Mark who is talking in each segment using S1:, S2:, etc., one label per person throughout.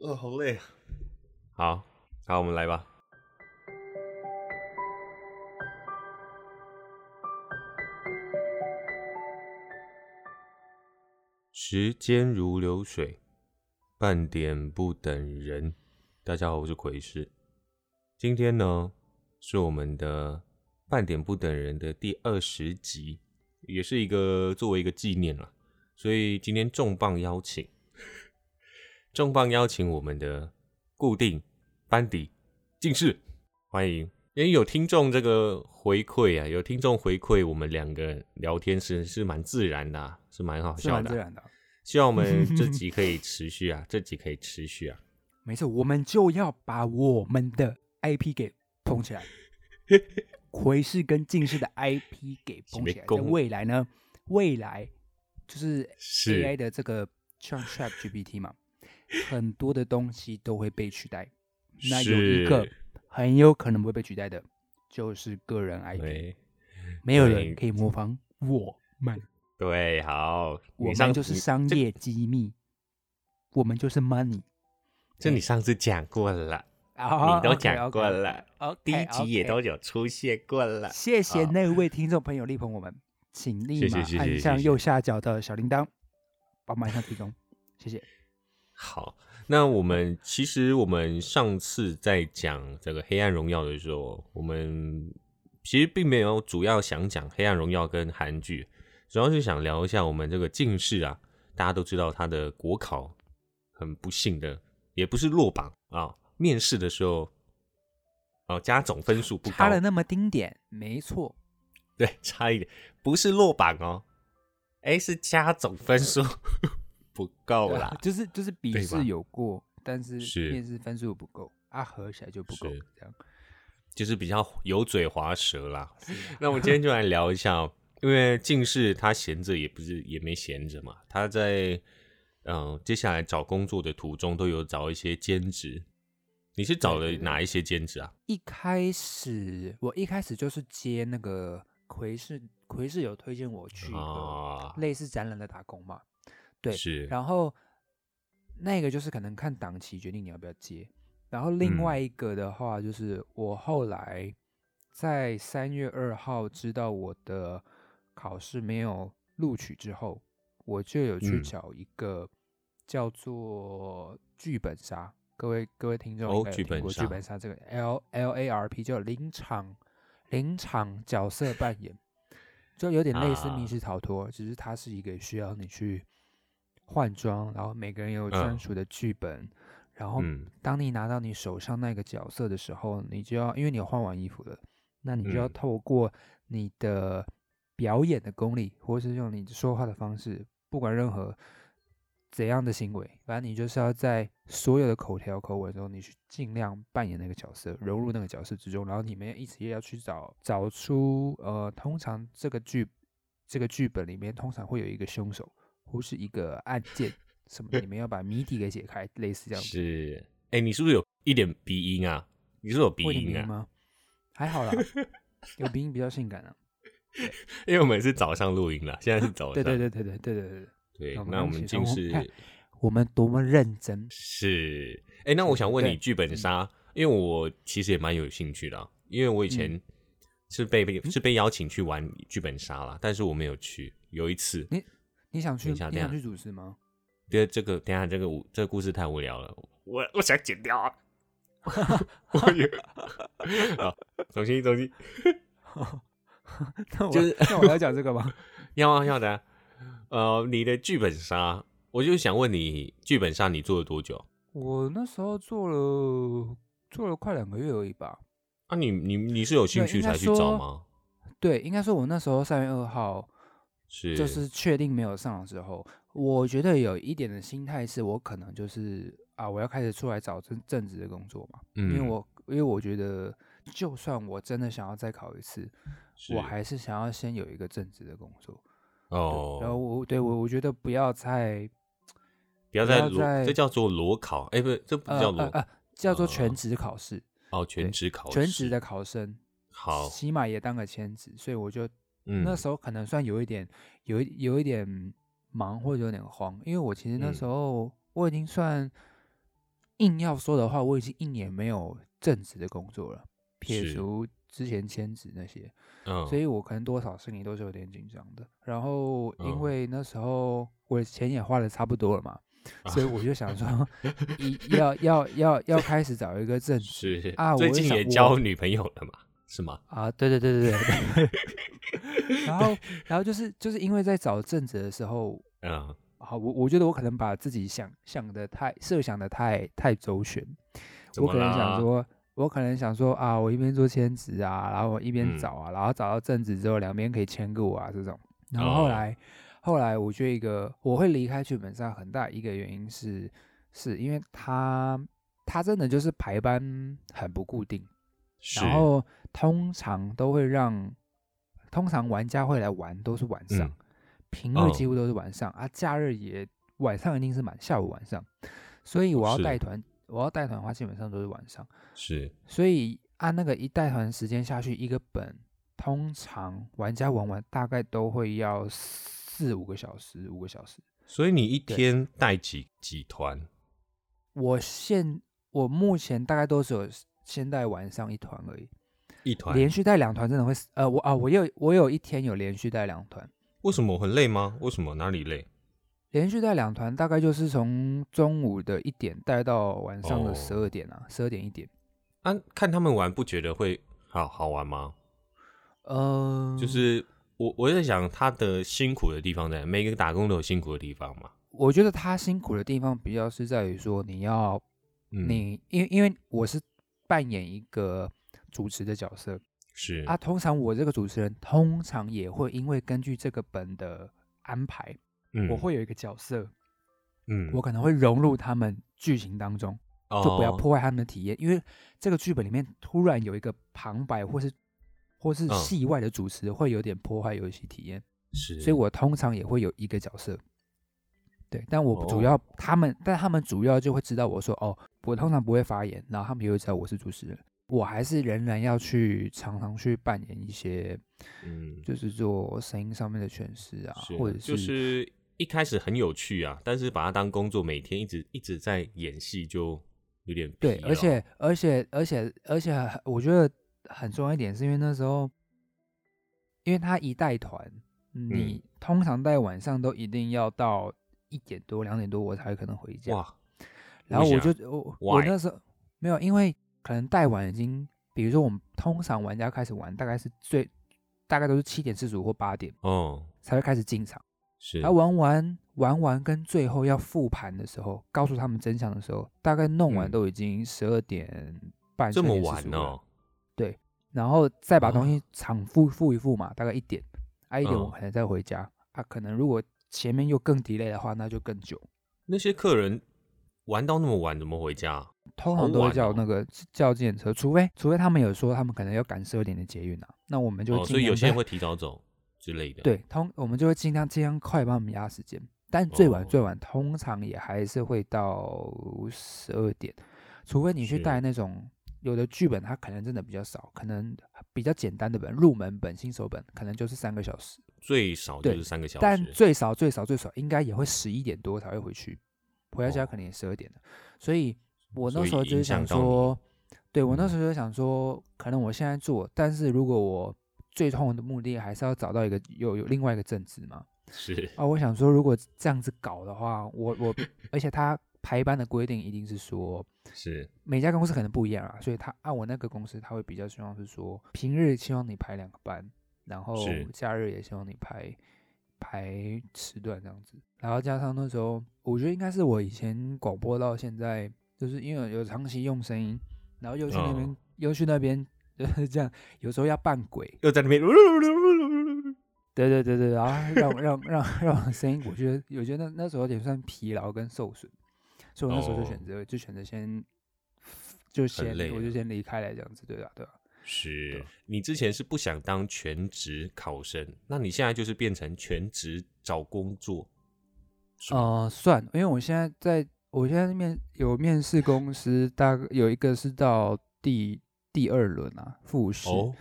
S1: 哦，好累啊！
S2: 好，好，我们来吧。时间如流水，半点不等人。大家好，我是奎师。今天呢，是我们的《半点不等人》的第二十集，也是一个作为一个纪念了。所以今天重磅邀请， 重磅邀请我们的固定班底进士，欢迎。因为有听众这个回馈啊，有听众回馈我们两个聊天是是蛮自然的啊、是蛮好
S3: 是
S2: 笑
S3: 蛮
S2: 的
S3: 自
S2: 啊、
S3: 然的啊。
S2: 希望我们 这集可以持续啊，这集可以持续啊。
S3: 没错，我们就要把我们的 IP 给捧 起来，奎氏跟近视的 IP 给捧起来。在
S2: 攻
S3: 未来呢，未来就是
S2: 是
S3: AI 的这个像 Chat GPT 嘛，很多的东西都会被取代。那有一个
S2: 是
S3: 很有可能会被取代的，就是个人 IP，
S2: 对
S3: 没有
S2: 对
S3: 人可以模仿我们，
S2: 对，好，
S3: 我
S2: 你上
S3: 们就是哎
S2: 你
S3: 商
S2: 这
S3: 业机密，我们就是 money。
S2: 这你上次讲过了，
S3: 啊
S2: 你都讲过了。
S3: OK，
S2: 第一集也
S3: OK
S2: 都有出现过 了。
S3: 谢谢
S2: 好
S3: 那位听众朋友力捧我们，请立
S2: 谢
S3: 马
S2: 谢谢谢
S3: 按
S2: 谢
S3: 上
S2: 谢
S3: 右下角的小铃铛，帮忙按上追踪，谢谢。
S2: 好，那我们其实我们上次在讲这个《黑暗荣耀》的时候，我们其实并没有主要想讲《黑暗荣耀》跟韩剧，主要是想聊一下我们这个近视啊。大家都知道他的国考很不幸的，也不是落榜啊，面试的时候哦、加总分数不
S3: 差
S2: 高
S3: 了，那么丁点，没错，
S2: 对，差一点，不是落榜哦，哎，是加总分数 不够
S3: 对
S2: 啦
S3: 啊，就是就是笔
S2: 对吧
S3: 试有过，但是
S2: 是
S3: 面试分数不够，啊，合起来就不够
S2: 是，
S3: 这样。
S2: 就是比较油嘴滑舌啦。
S3: 是啊
S2: 那我们今天就来聊一下、哦，因为近视他闲着也不是也没闲着嘛，他在嗯、呃接下来找工作的途中都有找一些兼职。你是找了
S3: 对对对
S2: 哪一些兼职啊？
S3: 一开始我一开始就是接那个奎氏，奎氏有推荐我去一个
S2: 啊，
S3: 类似展览的打工嘛，对
S2: 是
S3: 然后那个就是可能看档期决定你要不要接。然后另
S2: 嗯
S3: 外一个的话，就是我后来在三月二号知道我的考试没有录取之后，我就有去
S2: 嗯
S3: 找一个叫做剧本杀。各位各位听众
S2: 哦
S3: 应该有
S2: 剧
S3: 听
S2: 本
S3: 过
S2: 杀
S3: 剧本杀这个 L L A R P 叫临场临场角色扮演，就有点类似
S2: 啊
S3: 密室逃脱，只是它是一个需要你去换装，然后每个人有
S2: 嗯
S3: 专属的剧本，然后
S2: 嗯
S3: 当你拿到你手上那个角色的时候，你就要因为你有换完衣服了，那你就要
S2: 嗯
S3: 透过你的表演的功力，或是用你说话的方式，不管任何怎样的行为，反正你就是要在所有的口条口吻中，你去尽量扮演那个角色，融入那个角色之中，然后你们一直也要去找找出呃，通常这个剧这个剧本里面通常会有一个凶手或是一个案件什么的，你们要把谜底给解开，类似这样子。
S2: 是，哎、你是不是有一点鼻音啊？你是不是有鼻
S3: 会有点
S2: 音
S3: 鼻音
S2: 啊？
S3: 吗？还 好啦，有鼻音比较性感啊。
S2: 因为我们是早上录音啦，现在是早上。
S3: 对对对对对对对
S2: 对
S3: 对，那我们
S2: 那我们
S3: 起
S2: 近
S3: 床
S2: 视
S3: 看我们多么认真。
S2: 是，哎、那我想问你，
S3: 对嗯
S2: 剧本杀，因为我其实也蛮有兴趣的啊、因为我以前
S3: 嗯
S2: 是被、被是被邀请去玩剧本杀啦，但是我没有去。有一次，
S3: 你想去
S2: 等一下
S3: 你
S2: 等一
S3: 想
S2: 下
S3: 去主持 吗？
S2: 觉得这个等一下这个我这个故事太无聊了，我我想剪掉 啊。我有，好，重新重新，
S3: 那我
S2: 就是
S3: 那我要讲这个 吗？
S2: 要啊要的啊、呃，你的剧本杀，我就想问你，剧本杀你做了多久？
S3: 我那时候做了做了快两个月而已吧。
S2: 啊你，你你是有兴
S3: 对
S2: 趣
S3: 应该
S2: 才去找
S3: 说
S2: 吗？
S3: 对，应该说我那时候三月二号
S2: 是，
S3: 就是确定没有上的时候，我觉得有一点的心态是我可能就是啊，我要开始出来找正正职的工作嘛，因为
S2: 嗯
S3: 我因为我觉得就算我真的想要再考一次，
S2: 是
S3: 我还是想要先有一个正职的工作。对
S2: 哦，
S3: 然后我对我我觉得不要再
S2: 不要
S3: 不
S2: 再
S3: 要
S2: 裸，
S3: 再
S2: 这叫做裸考，哎、不是，这不
S3: 呃
S2: 叫裸、
S3: 呃呃叫做
S2: 呃
S3: 全职考试，
S2: 哦，全职考试，
S3: 全职的考生，
S2: 好，
S3: 起码也当个兼职，所以我就、
S2: 嗯，
S3: 那时候可能算有一点有一有一
S2: 嗯
S3: 点忙或者有点慌，因为我其实那时候我已经算。硬要说的话，我已经一年没有正职的工作了，撇
S2: 是
S3: 除之前兼职那些，
S2: 嗯，
S3: 所以我可能多少心里都是有点紧张的。然后因
S2: 嗯
S3: 为那时候我的钱也花的差不多了 嘛，所以我就想说，一要要要要开始找一个正职
S2: 是
S3: 啊
S2: 最
S3: 我
S2: 近
S3: 想
S2: 也
S3: 我
S2: 交女朋友了嘛？是吗？
S3: 啊，对对对对对。 然后然后就是就是因为在找正职的时候，
S2: 嗯，
S3: 好，我我觉得我可能把自己想想的太设想的太太周全，
S2: 怎
S3: 我
S2: 么
S3: 可能想
S2: 啦？
S3: 说，我可能想说啊，我一边做兼职啊，然后我一边
S2: 嗯
S3: 找啊，然后找到正职之后，两边可以签个我啊这种。然后
S2: 哦
S3: 后来，后来我觉得一个我会离开剧本上很大一个原因是，是因为他他真的就是排班很不固定，
S2: 是，
S3: 然后通常都会让，通常玩家会来玩都是晚上，
S2: 嗯
S3: 平日几
S2: 哦
S3: 乎都是晚上、啊，假日也晚上一定是满下午晚上，所以我要
S2: 是
S3: 带团，我要带团的话基本上都是晚上，
S2: 是
S3: 所以按那个一带团时间下去，一个本通常玩家玩完大概都会要四五个小时，五个小时。
S2: 所以你一
S3: 对
S2: 天带几几团？
S3: 我现我目前大概都是有先带晚上一团而已，
S2: 一团？
S3: 连续带两团真的会死。呃，我啊，我有我有一天有连续带两团，
S2: 为什么很累吗？为什么哪里累？
S3: 连续带两团，大概就是从中午的一点带到晚上的
S2: 哦
S3: 十二点啊，十二、点一点。
S2: 啊，看他们玩不觉得会好好玩吗？
S3: 呃，
S2: 就是我我在想他的辛苦的地方在，每个打工都有辛苦的地方嘛。
S3: 我觉得他辛苦的地方比较是在于说，你要、
S2: 嗯，
S3: 你因为因为我是扮演一个主持的角色
S2: 是
S3: 啊，通常我这个主持人通常也会因为根据这个本的安排，
S2: 嗯
S3: 我会有一个角色，
S2: 嗯
S3: 我可能会融入他们剧情当中。就不要
S2: 哦
S3: 破坏他们的体验，因为这个剧本里面突然有一个旁白或是或是
S2: 嗯
S3: 戏外的主持，会有点破坏游戏体验，
S2: 是，
S3: 所以我通常也会有一个角色。对，但我
S2: 哦
S3: 主要、他们，但他们主要就会知道我说哦，我通常不会发言，然后他们也会知道我是主持人。我还是仍然要去常常去扮演一些，
S2: 嗯
S3: 就是做声音上面的诠释啊，
S2: 是
S3: 或者
S2: 就是一开始很有趣啊，但是把它当工作，每天一直一直在演戏，就有点疲
S3: 对，
S2: 劳
S3: 而且而且而且而且很，我觉得很重要一点是因为那时候，因为他一带团，
S2: 嗯
S3: 你通常带晚上都一定要到一点多、两点多我才可能回家。
S2: 哇，
S3: 然后
S2: 为
S3: 我
S2: 啥
S3: 就我我
S2: Why？
S3: 那时候没有，因为可能带晚已经，比如说我们通常玩家开始玩大概是最大概都是七点四十五或八点
S2: 哦
S3: 才会开始进场。
S2: 是
S3: 他玩完玩完跟最后要复盘的时候，告诉他们真相的时候，大概弄完
S2: 嗯
S3: 都已经十二点半、
S2: 这么
S3: 12:45
S2: 晚
S3: 了
S2: 哦，
S3: 然后再把东
S2: 啊
S3: 西厂复复一复嘛，大概一点，啊一点
S2: 嗯
S3: 我可能再回家，啊可能如果前面又更 delay 的话，那就更久。
S2: 那些客人玩到那么晚，怎么回家啊、
S3: 通
S2: 好
S3: 常都会
S2: 晚
S3: 叫
S2: 哦
S3: 那个叫计程车，除非除非他们有说他们可能要赶十二点的捷运啊，那我们就
S2: 哦，
S3: 尽
S2: 所以
S3: 量
S2: 有些人
S3: 在
S2: 会提早走之类的。，
S3: 对通我们就会尽量尽量快帮他们压时间，但最晚
S2: 哦
S3: 最晚通常也还是会到十二点，除非你去
S2: 是
S3: 带那种有的剧本它可能真的比较少，可能比较简单的本入门本新手本可能就是三个小时，
S2: 最少就
S3: 对
S2: 是三个小时。
S3: 但最少最少最少应该也会十一点多才会回去，回到家
S2: 哦
S3: 可能也十二点了，所以我那
S2: 所
S3: 时候
S2: 以
S3: 就是
S2: 影响到
S3: 想
S2: 你
S3: 说，对我那
S2: 嗯
S3: 时候就想说，可能我现在做，但是如果我最痛的目的还是要找到一个有有另外一个正职嘛，
S2: 是
S3: 啊，我想说如果这样子搞的话，我我而且他排班的规定一定是说。
S2: 是
S3: 每家公司可能不一样啊，所以他按我那个公司，他会比较希望是说，平日希望你排两个班，然后
S2: 是
S3: 假日也希望你排排时段这样子。然后加上那时候，我觉得应该是我以前广播到现在，就是因为有有长期用声音，然后又去那边、
S2: 嗯
S3: 又去那边 就是这样，有时候要扮鬼，
S2: 又在那边，
S3: 对对对对，然后让让让 让我的声音，我觉得我觉得那那时候也算疲劳跟受损，所以我那时候就选
S2: 哦
S3: 择、就选择先就先
S2: 累
S3: 我就
S2: 了
S3: 先离开来这样子，对吧、对吧、啊
S2: 是
S3: 对
S2: 你之前是不想当全职考生，那你现在就是变成全职找工作，是吗？
S3: 呃，算，因为我现在在我现在面有面试公司，大概有一个是到第第二轮啊，复试，
S2: 哦，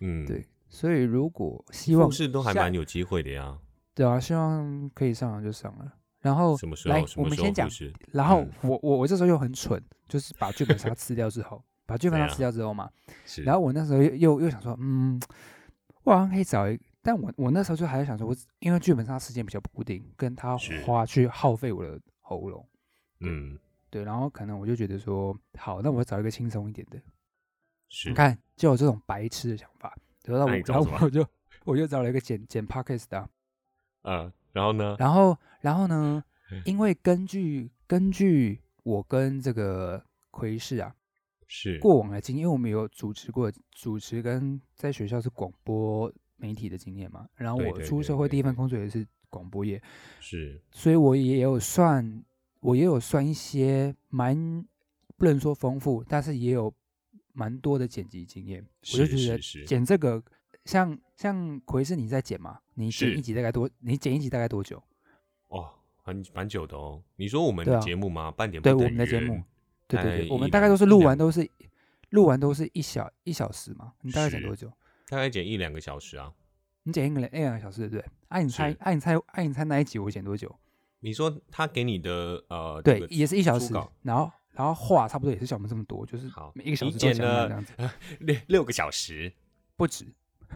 S2: 嗯，
S3: 对，所以如果希望
S2: 复试都还
S3: 下
S2: 蛮有机会的呀。
S3: 对啊，希望可以上了就上了。然后
S2: 什么时
S3: 来
S2: 候？，什
S3: 我
S2: 么
S3: 们
S2: 时候
S3: 先讲
S2: 不，是？
S3: 然后
S2: 嗯
S3: 我我我这时候又很蠢，就是把 剧本杀吃掉之后，把剧本
S2: 怎
S3: 杀
S2: 样
S3: 吃掉之后嘛，
S2: 是
S3: 然后我那时候又又又想说，嗯，我好像可以找一，但我我那时候就还是想说，我因为剧本杀时间比较不固定，跟他
S2: 是
S3: 花去耗费我的喉咙，
S2: 嗯，
S3: 对，然后可能我就觉得说，好，那我找一个轻松一点的，
S2: 是
S3: 你看就有这种白痴的想法，然后我
S2: 那你找
S3: 然
S2: 什
S3: 后
S2: 么
S3: 我就我就找了一个剪剪 podcast 的啊、
S2: 啊，然后呢？
S3: 然后，然后呢？
S2: 嗯
S3: 因为根据根据我跟这个奎氏啊
S2: 是
S3: 过往的经验，因为我们有主持过主持跟在学校是广播媒体的经验嘛，然后
S2: 对
S3: 我
S2: 对
S3: 出
S2: 对
S3: 社会
S2: 对
S3: 第一份
S2: 对
S3: 工作也是广播业，
S2: 是
S3: 所以我也有算我也有算一些蛮不能说丰富，但是也有蛮多的剪辑经验，我就是觉
S2: 是
S3: 得
S2: 是
S3: 剪这个像像奎氏你在剪嘛，你剪
S2: 是
S3: 一集大概多你剪一集大概多久？
S2: 哦，很蛮久的哦。你说我们
S3: 对
S2: 的
S3: 啊
S2: 节目吗？半点不
S3: 对
S2: 等
S3: 我们的节
S2: 人
S3: 目，对对对，
S2: 哎
S3: 我们
S2: 一
S3: 大概
S2: 两
S3: 都是录
S2: 一
S3: 完
S2: 两
S3: 都是录完都是一小一小时嘛，你大概剪
S2: 是
S3: 多久？
S2: 大概剪一两个小时啊。
S3: 你剪一个一两个小时，对不对？按、你猜
S2: 是，
S3: 按、你猜，按、你猜那一集我剪多久？
S2: 你说他给你的呃，这
S3: 对，
S2: 个
S3: 也是一小
S2: 初
S3: 时
S2: 稿，
S3: 然后然后话差不多也是像我们这么多，就是
S2: 好
S3: 每一个小
S2: 你
S3: 时都
S2: 剪
S3: 讲完
S2: 了
S3: 这样子，
S2: 六六个小时，
S3: 不止。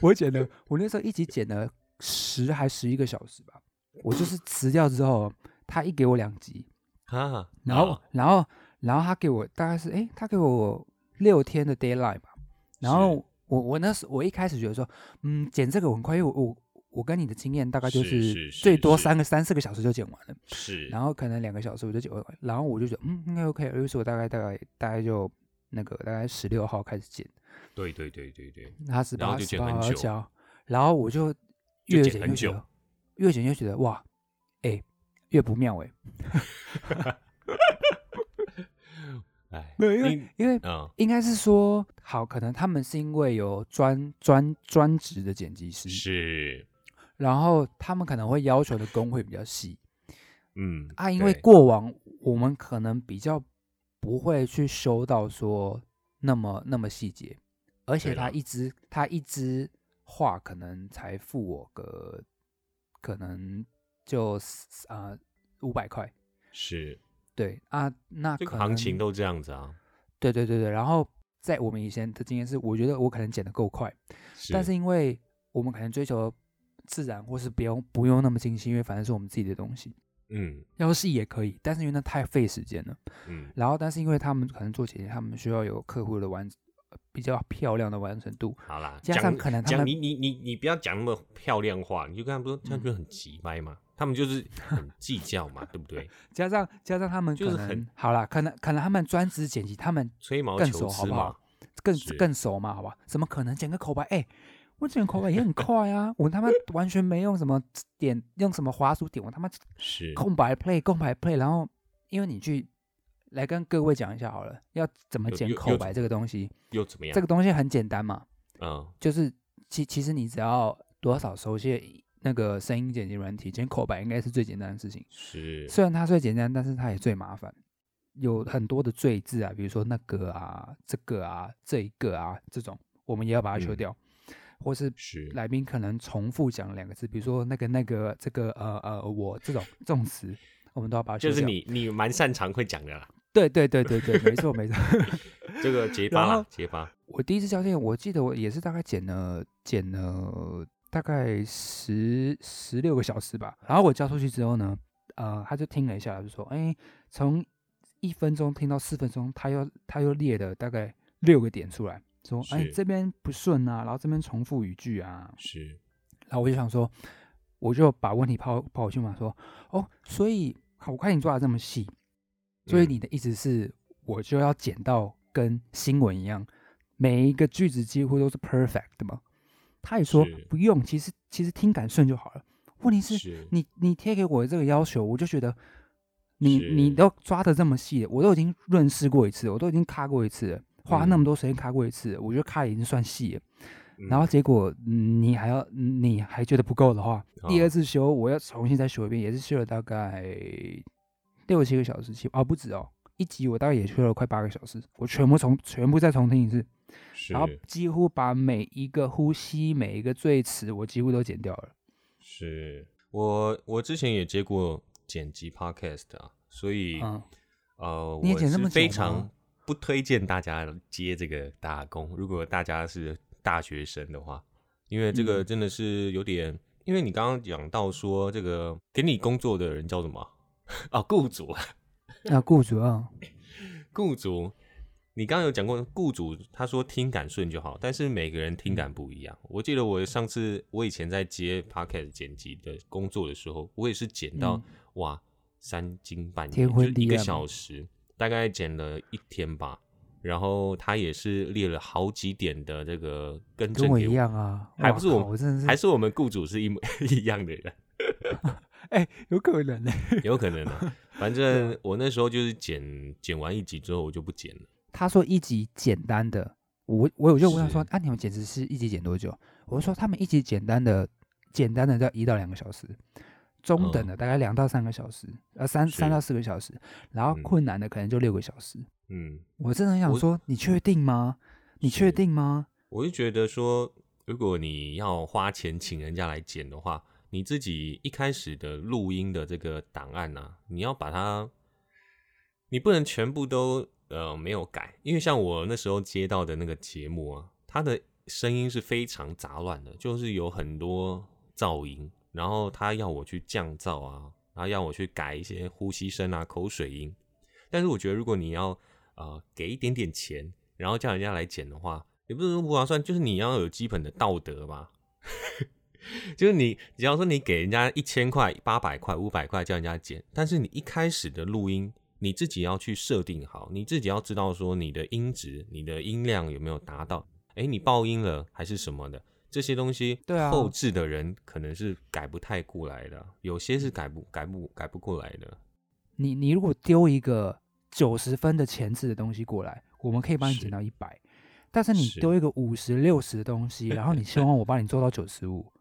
S3: 我剪了，我那时候一集剪了十还十一个小时吧。我就是辞掉之后，他一给我两集，
S2: 哈，
S3: 然后、
S2: 啊
S3: 然后然后他给我大概是诶，他给我六天的 d a y l i g h t 吧。然后我我那时我一开始觉得说，嗯，剪这个我很快，因为我我我跟你的经验大概就是
S2: 是是
S3: 最多
S2: 是
S3: 三个三四个小时就剪完了，
S2: 是，
S3: 然后可能两个小时我就剪完了，然后我就觉得嗯应该 OK，于是我大概大概大概就那个大概十六号开始剪，
S2: 对对对对对，
S3: 他十
S2: 然后
S3: 八
S2: 就
S3: 十
S2: 剪
S3: 八
S2: 很
S3: 号
S2: 久
S3: 交，然后我就
S2: 就
S3: 越
S2: 剪
S3: 剪
S2: 很
S3: 越觉
S2: 久
S3: 得越剪越觉得哇，哎越不妙哎，
S2: 哎，
S3: 没有因为
S2: 你
S3: 因为
S2: 嗯
S3: 应该是说，好，可能他们是因为有专专专职的剪辑师，
S2: 是
S3: 然后他们可能会要求的工会比较细
S2: 嗯
S3: 啊，因为
S2: 对
S3: 过往我们可能比较不会去修到说那么那么细节，而且
S2: 对
S3: 他
S2: 啦
S3: 一支他一支话可能才付我个可能就啊五百块，
S2: 是
S3: 对啊，那
S2: 这个
S3: 可
S2: 行
S3: 能
S2: 情都这样子啊，
S3: 对对对对，然后在我们以前的经验是，我觉得我可能剪的够快。但是因为我们可能追求自然，或是不用不用那么精细，因为反正是我们自己的东西，
S2: 嗯
S3: 要是也可以，但是因为那太费时间了。
S2: 嗯
S3: 然后，但是因为他们可能做剪辑，他们需要有客户的完呃比较漂亮的完成度，
S2: 好啦，
S3: 加
S2: 讲
S3: 上可能他
S2: 讲
S3: 们
S2: 你你你你不要讲那么漂亮话，你就跟他们说，这样
S3: 嗯
S2: 就很急掰嘛，他们就是很计较嘛，对不 对？
S3: 加上加上他们
S2: 就是
S3: 可
S2: 很
S3: 能好啦，可能可能他们专职剪辑，他们
S2: 吹毛
S3: 更
S2: 求
S3: 熟好
S2: 疵
S3: 不
S2: 嘛
S3: 好，更
S2: 是
S3: 更熟嘛，好吧？怎么可能剪个口白？哎、我剪口白 也很快啊，我他妈完全没用什么点，用什么滑鼠点，我他妈
S2: 是
S3: 空白 play 空白 play，然后因为你去来跟各位讲一下好了，要怎么
S2: 有
S3: 剪
S2: 有
S3: 口白这个东西，
S2: 又怎么样
S3: 这？个东西很简单嘛，
S2: 嗯，
S3: 就是其其实你只要多少熟悉那个声音剪辑软体，剪口白应该是最简单的事情。
S2: 是
S3: 虽然它最简单，但是它也最麻烦，有很多的“最”字啊，比如说那个啊、这个啊、这一个啊这种，我们也要把它修
S2: 嗯
S3: 掉，或是
S2: 是
S3: 来宾可能重复讲两个字，比
S2: 嗯
S3: 如说那个、那个、这个、呃、呃、我这种这种词，我们都要把它
S2: 就
S3: 修
S2: 是
S3: 掉。
S2: 你你蛮擅长会讲的啦，
S3: 对对对对对，没错没 错。
S2: 这个结巴
S3: 然
S2: 啦
S3: 后
S2: 结巴，
S3: 我第一次教练，我记得我也是大概剪了剪了大概十十六个小时吧。然后我交出去之后呢，呃，他就听了一下，就说：“哎，从一分钟听到四分钟，他又他又列了大概六个点出来，说：哎，
S2: 是
S3: 这边不顺啊，然后这边重复语句啊，
S2: 是
S3: 然后我就想说，我就把问题抛抛回去嘛，说哦，所以好我看你抓的这么细，所以
S2: 嗯
S3: 你的意思是我就要剪到跟新闻一样，每一个句子几乎都是 perfect 的吗？他也说
S2: 是
S3: 不用，其实其实听感顺就好了。问题是，
S2: 是
S3: 你你贴给我的这个要求，我就觉得你你
S2: 是
S3: 都抓的这么细了，我都已经润饰过一次了，我都已经卡过一次了，花
S2: 嗯
S3: 那么多时间卡过一次了，我觉得卡已经算细了。然后
S2: 嗯
S3: 结果嗯你还要嗯你还觉得不够的话，第
S2: 哦
S3: 二次修我要重新再修一遍，也是修了大概六七个小时，七啊不止哦，一集我大概也修了快八个小时，我全部重全部再重听一次，
S2: 是
S3: 然后几 乎把每一个呼吸、每一个最词我几乎都剪掉了。
S2: 是，我我之前也接过剪辑 podcast 啊，所以、
S3: 嗯，
S2: 呃，
S3: 你也
S2: 我
S3: 剪那
S2: 是
S3: 么久
S2: 非
S3: 吗
S2: 常不推荐大家接这个打工。如果大家是大学生的话，因为这个
S3: 嗯
S2: 真的是有点，因为你刚刚讲到说这个给你工作的人叫什么 啊？啊，雇主，
S3: 那雇主啊，
S2: 雇主。你刚刚有讲过，雇主他说听感顺就好，但是每个人听
S3: 嗯
S2: 感不一样。我记得我上次我以前在接 podcast 剪辑的工作的时候，我也是剪到、
S3: 嗯
S2: 哇三更半夜，
S3: 天昏
S2: 就是
S3: 地
S2: 一个
S3: 暗
S2: 小
S3: 吗
S2: 时，大概剪了一天吧。然后他也是列了好几点的这个更
S3: 跟
S2: 正
S3: 我
S2: 给
S3: 一
S2: 我，
S3: 样啊，
S2: 还
S3: 哇
S2: 不是我
S3: 靠我真的是
S2: 还是我们雇主是一模 一样的人，
S3: 哎、有可能呢、
S2: 有可能 啊。反正我那时候就是剪剪完一集之后，我就不剪了。
S3: 他说一集简单的，我我有就问他说
S2: 是，
S3: 啊，你们剪辑师一集剪多久？我说他们一集简单的，简单的要一到两个小时，中等的大概两到三个小时，呃，三
S2: 嗯是
S3: 三到四个小时，然后
S2: 嗯
S3: 困难的可能就六个小时。
S2: 嗯，
S3: 我真的很想
S2: 我
S3: 说，你确定吗？你确
S2: 是
S3: 定吗？
S2: 我就觉得说，如果你要花钱请人家来剪的话，你自己一开始的录音的这个档案啊，你要把它，你不能全部都呃没有改，因为像我那时候接到的那个节目啊，它的声音是非常杂乱的，就是有很多噪音，然后他要我去降噪啊，然后要我去改一些呼吸声啊、口水音。但是我觉得，如果你要呃给一点点钱，然后叫人家来剪的话，也不是说不划算，就是你要有基本的道德吧。 就是你，只要说你给人家一千块、八百块、五百块叫人家剪，但是你一开始的录音你自己要去设定好，你自己要知道说你的音质、你的音量有没有达到，哎，你爆音了还是什么的，这些东西，
S3: 对啊
S2: 后置的人可能是改不太过来的，有些是改不改不改不过来的。
S3: 你你如果丢一个九十分的前置的东西过来，我们可以帮你
S2: 是
S3: 减到一百，但是你
S2: 是
S3: 丢一个五十六十的东西，然后你希望我帮你做到九十五，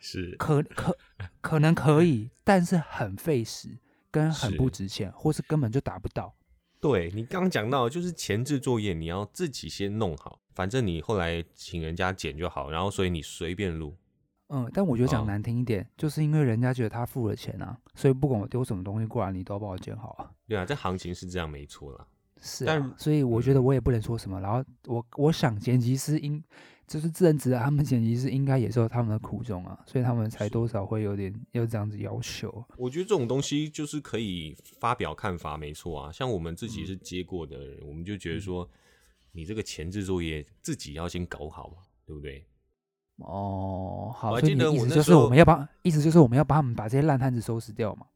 S2: 是
S3: 可可可能可以，但是很费时，跟很不
S2: 是
S3: 值钱，或是根本就达不到。
S2: 对你刚刚讲到，就是前置作业你要自己先弄好，反正你后来请人家剪就好，然后所以你随便录。
S3: 嗯，但我觉得讲
S2: 哦
S3: 难听一点，就是因为人家觉得他付了钱啊，所以不管我丢什么东西过来，你都要帮我剪好啊。
S2: 对啊，这行情是这样没错啦。
S3: 是
S2: 但嗯
S3: 啊，所以我觉得我也不能说什么。然后我我想剪辑师应就是自认职啊，他们剪辑师应该也是有他们的苦衷啊，所以他们才
S2: 是
S3: 多少会有点要这样子要求。啊
S2: 我觉得这种东西就是可以发表看法，没错啊。像我们自
S3: 嗯
S2: 己是接过的人，我们就觉得说，你这个前置作业自己要先搞好嘛，对不对？
S3: 哦，
S2: 我
S3: 好，
S2: 还
S3: 所
S2: 记
S3: 以你的
S2: 得
S3: 意
S2: 我
S3: 思
S2: 那
S3: 就
S2: 时
S3: 是我
S2: 候
S3: 们要帮，意思就是我们要帮他们把这些烂摊子收拾掉嘛。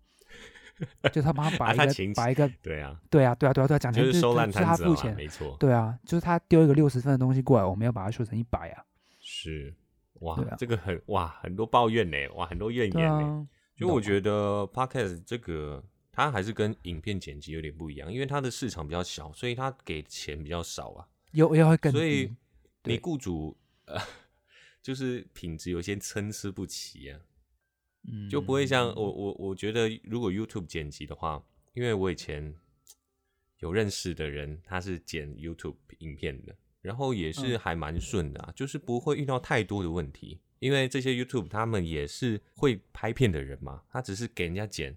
S3: 就他帮他把
S2: 啊
S3: 一
S2: 他
S3: 个、
S2: 请
S3: 把一个
S2: 对啊，
S3: 对啊对啊对啊对啊讲
S2: 就
S3: 钱
S2: 是收烂摊
S3: 他
S2: 子
S3: 付
S2: 了嘛，
S3: 钱，
S2: 没错。
S3: 对啊，就是他丢一个六十分的东西过来，我们要把它修成一百啊，
S2: 是，哇，
S3: 对啊
S2: 这个很哇，很多抱怨呢，哇，很多怨
S3: 对
S2: 言呢。
S3: 啊，
S2: 所以我
S3: 得
S2: 觉得 podcast 这个它还是跟影片剪辑有点不一样，因为它的市场比较小，所以它给钱比较少啊。
S3: 又又会更
S2: 所以
S3: 低对
S2: 你雇主呃， 就是品质有些参差不齐啊，
S3: 嗯
S2: 就不会像我我我觉得，如果 YouTube 剪辑的话，因为我以前有认识的人，他是剪 YouTube 影片的，然后也是
S3: 嗯
S2: 还蛮顺的、啊，就是不会遇到太多的问题。因为这些 YouTube 他们也是会拍片的人嘛，他只是给人家剪，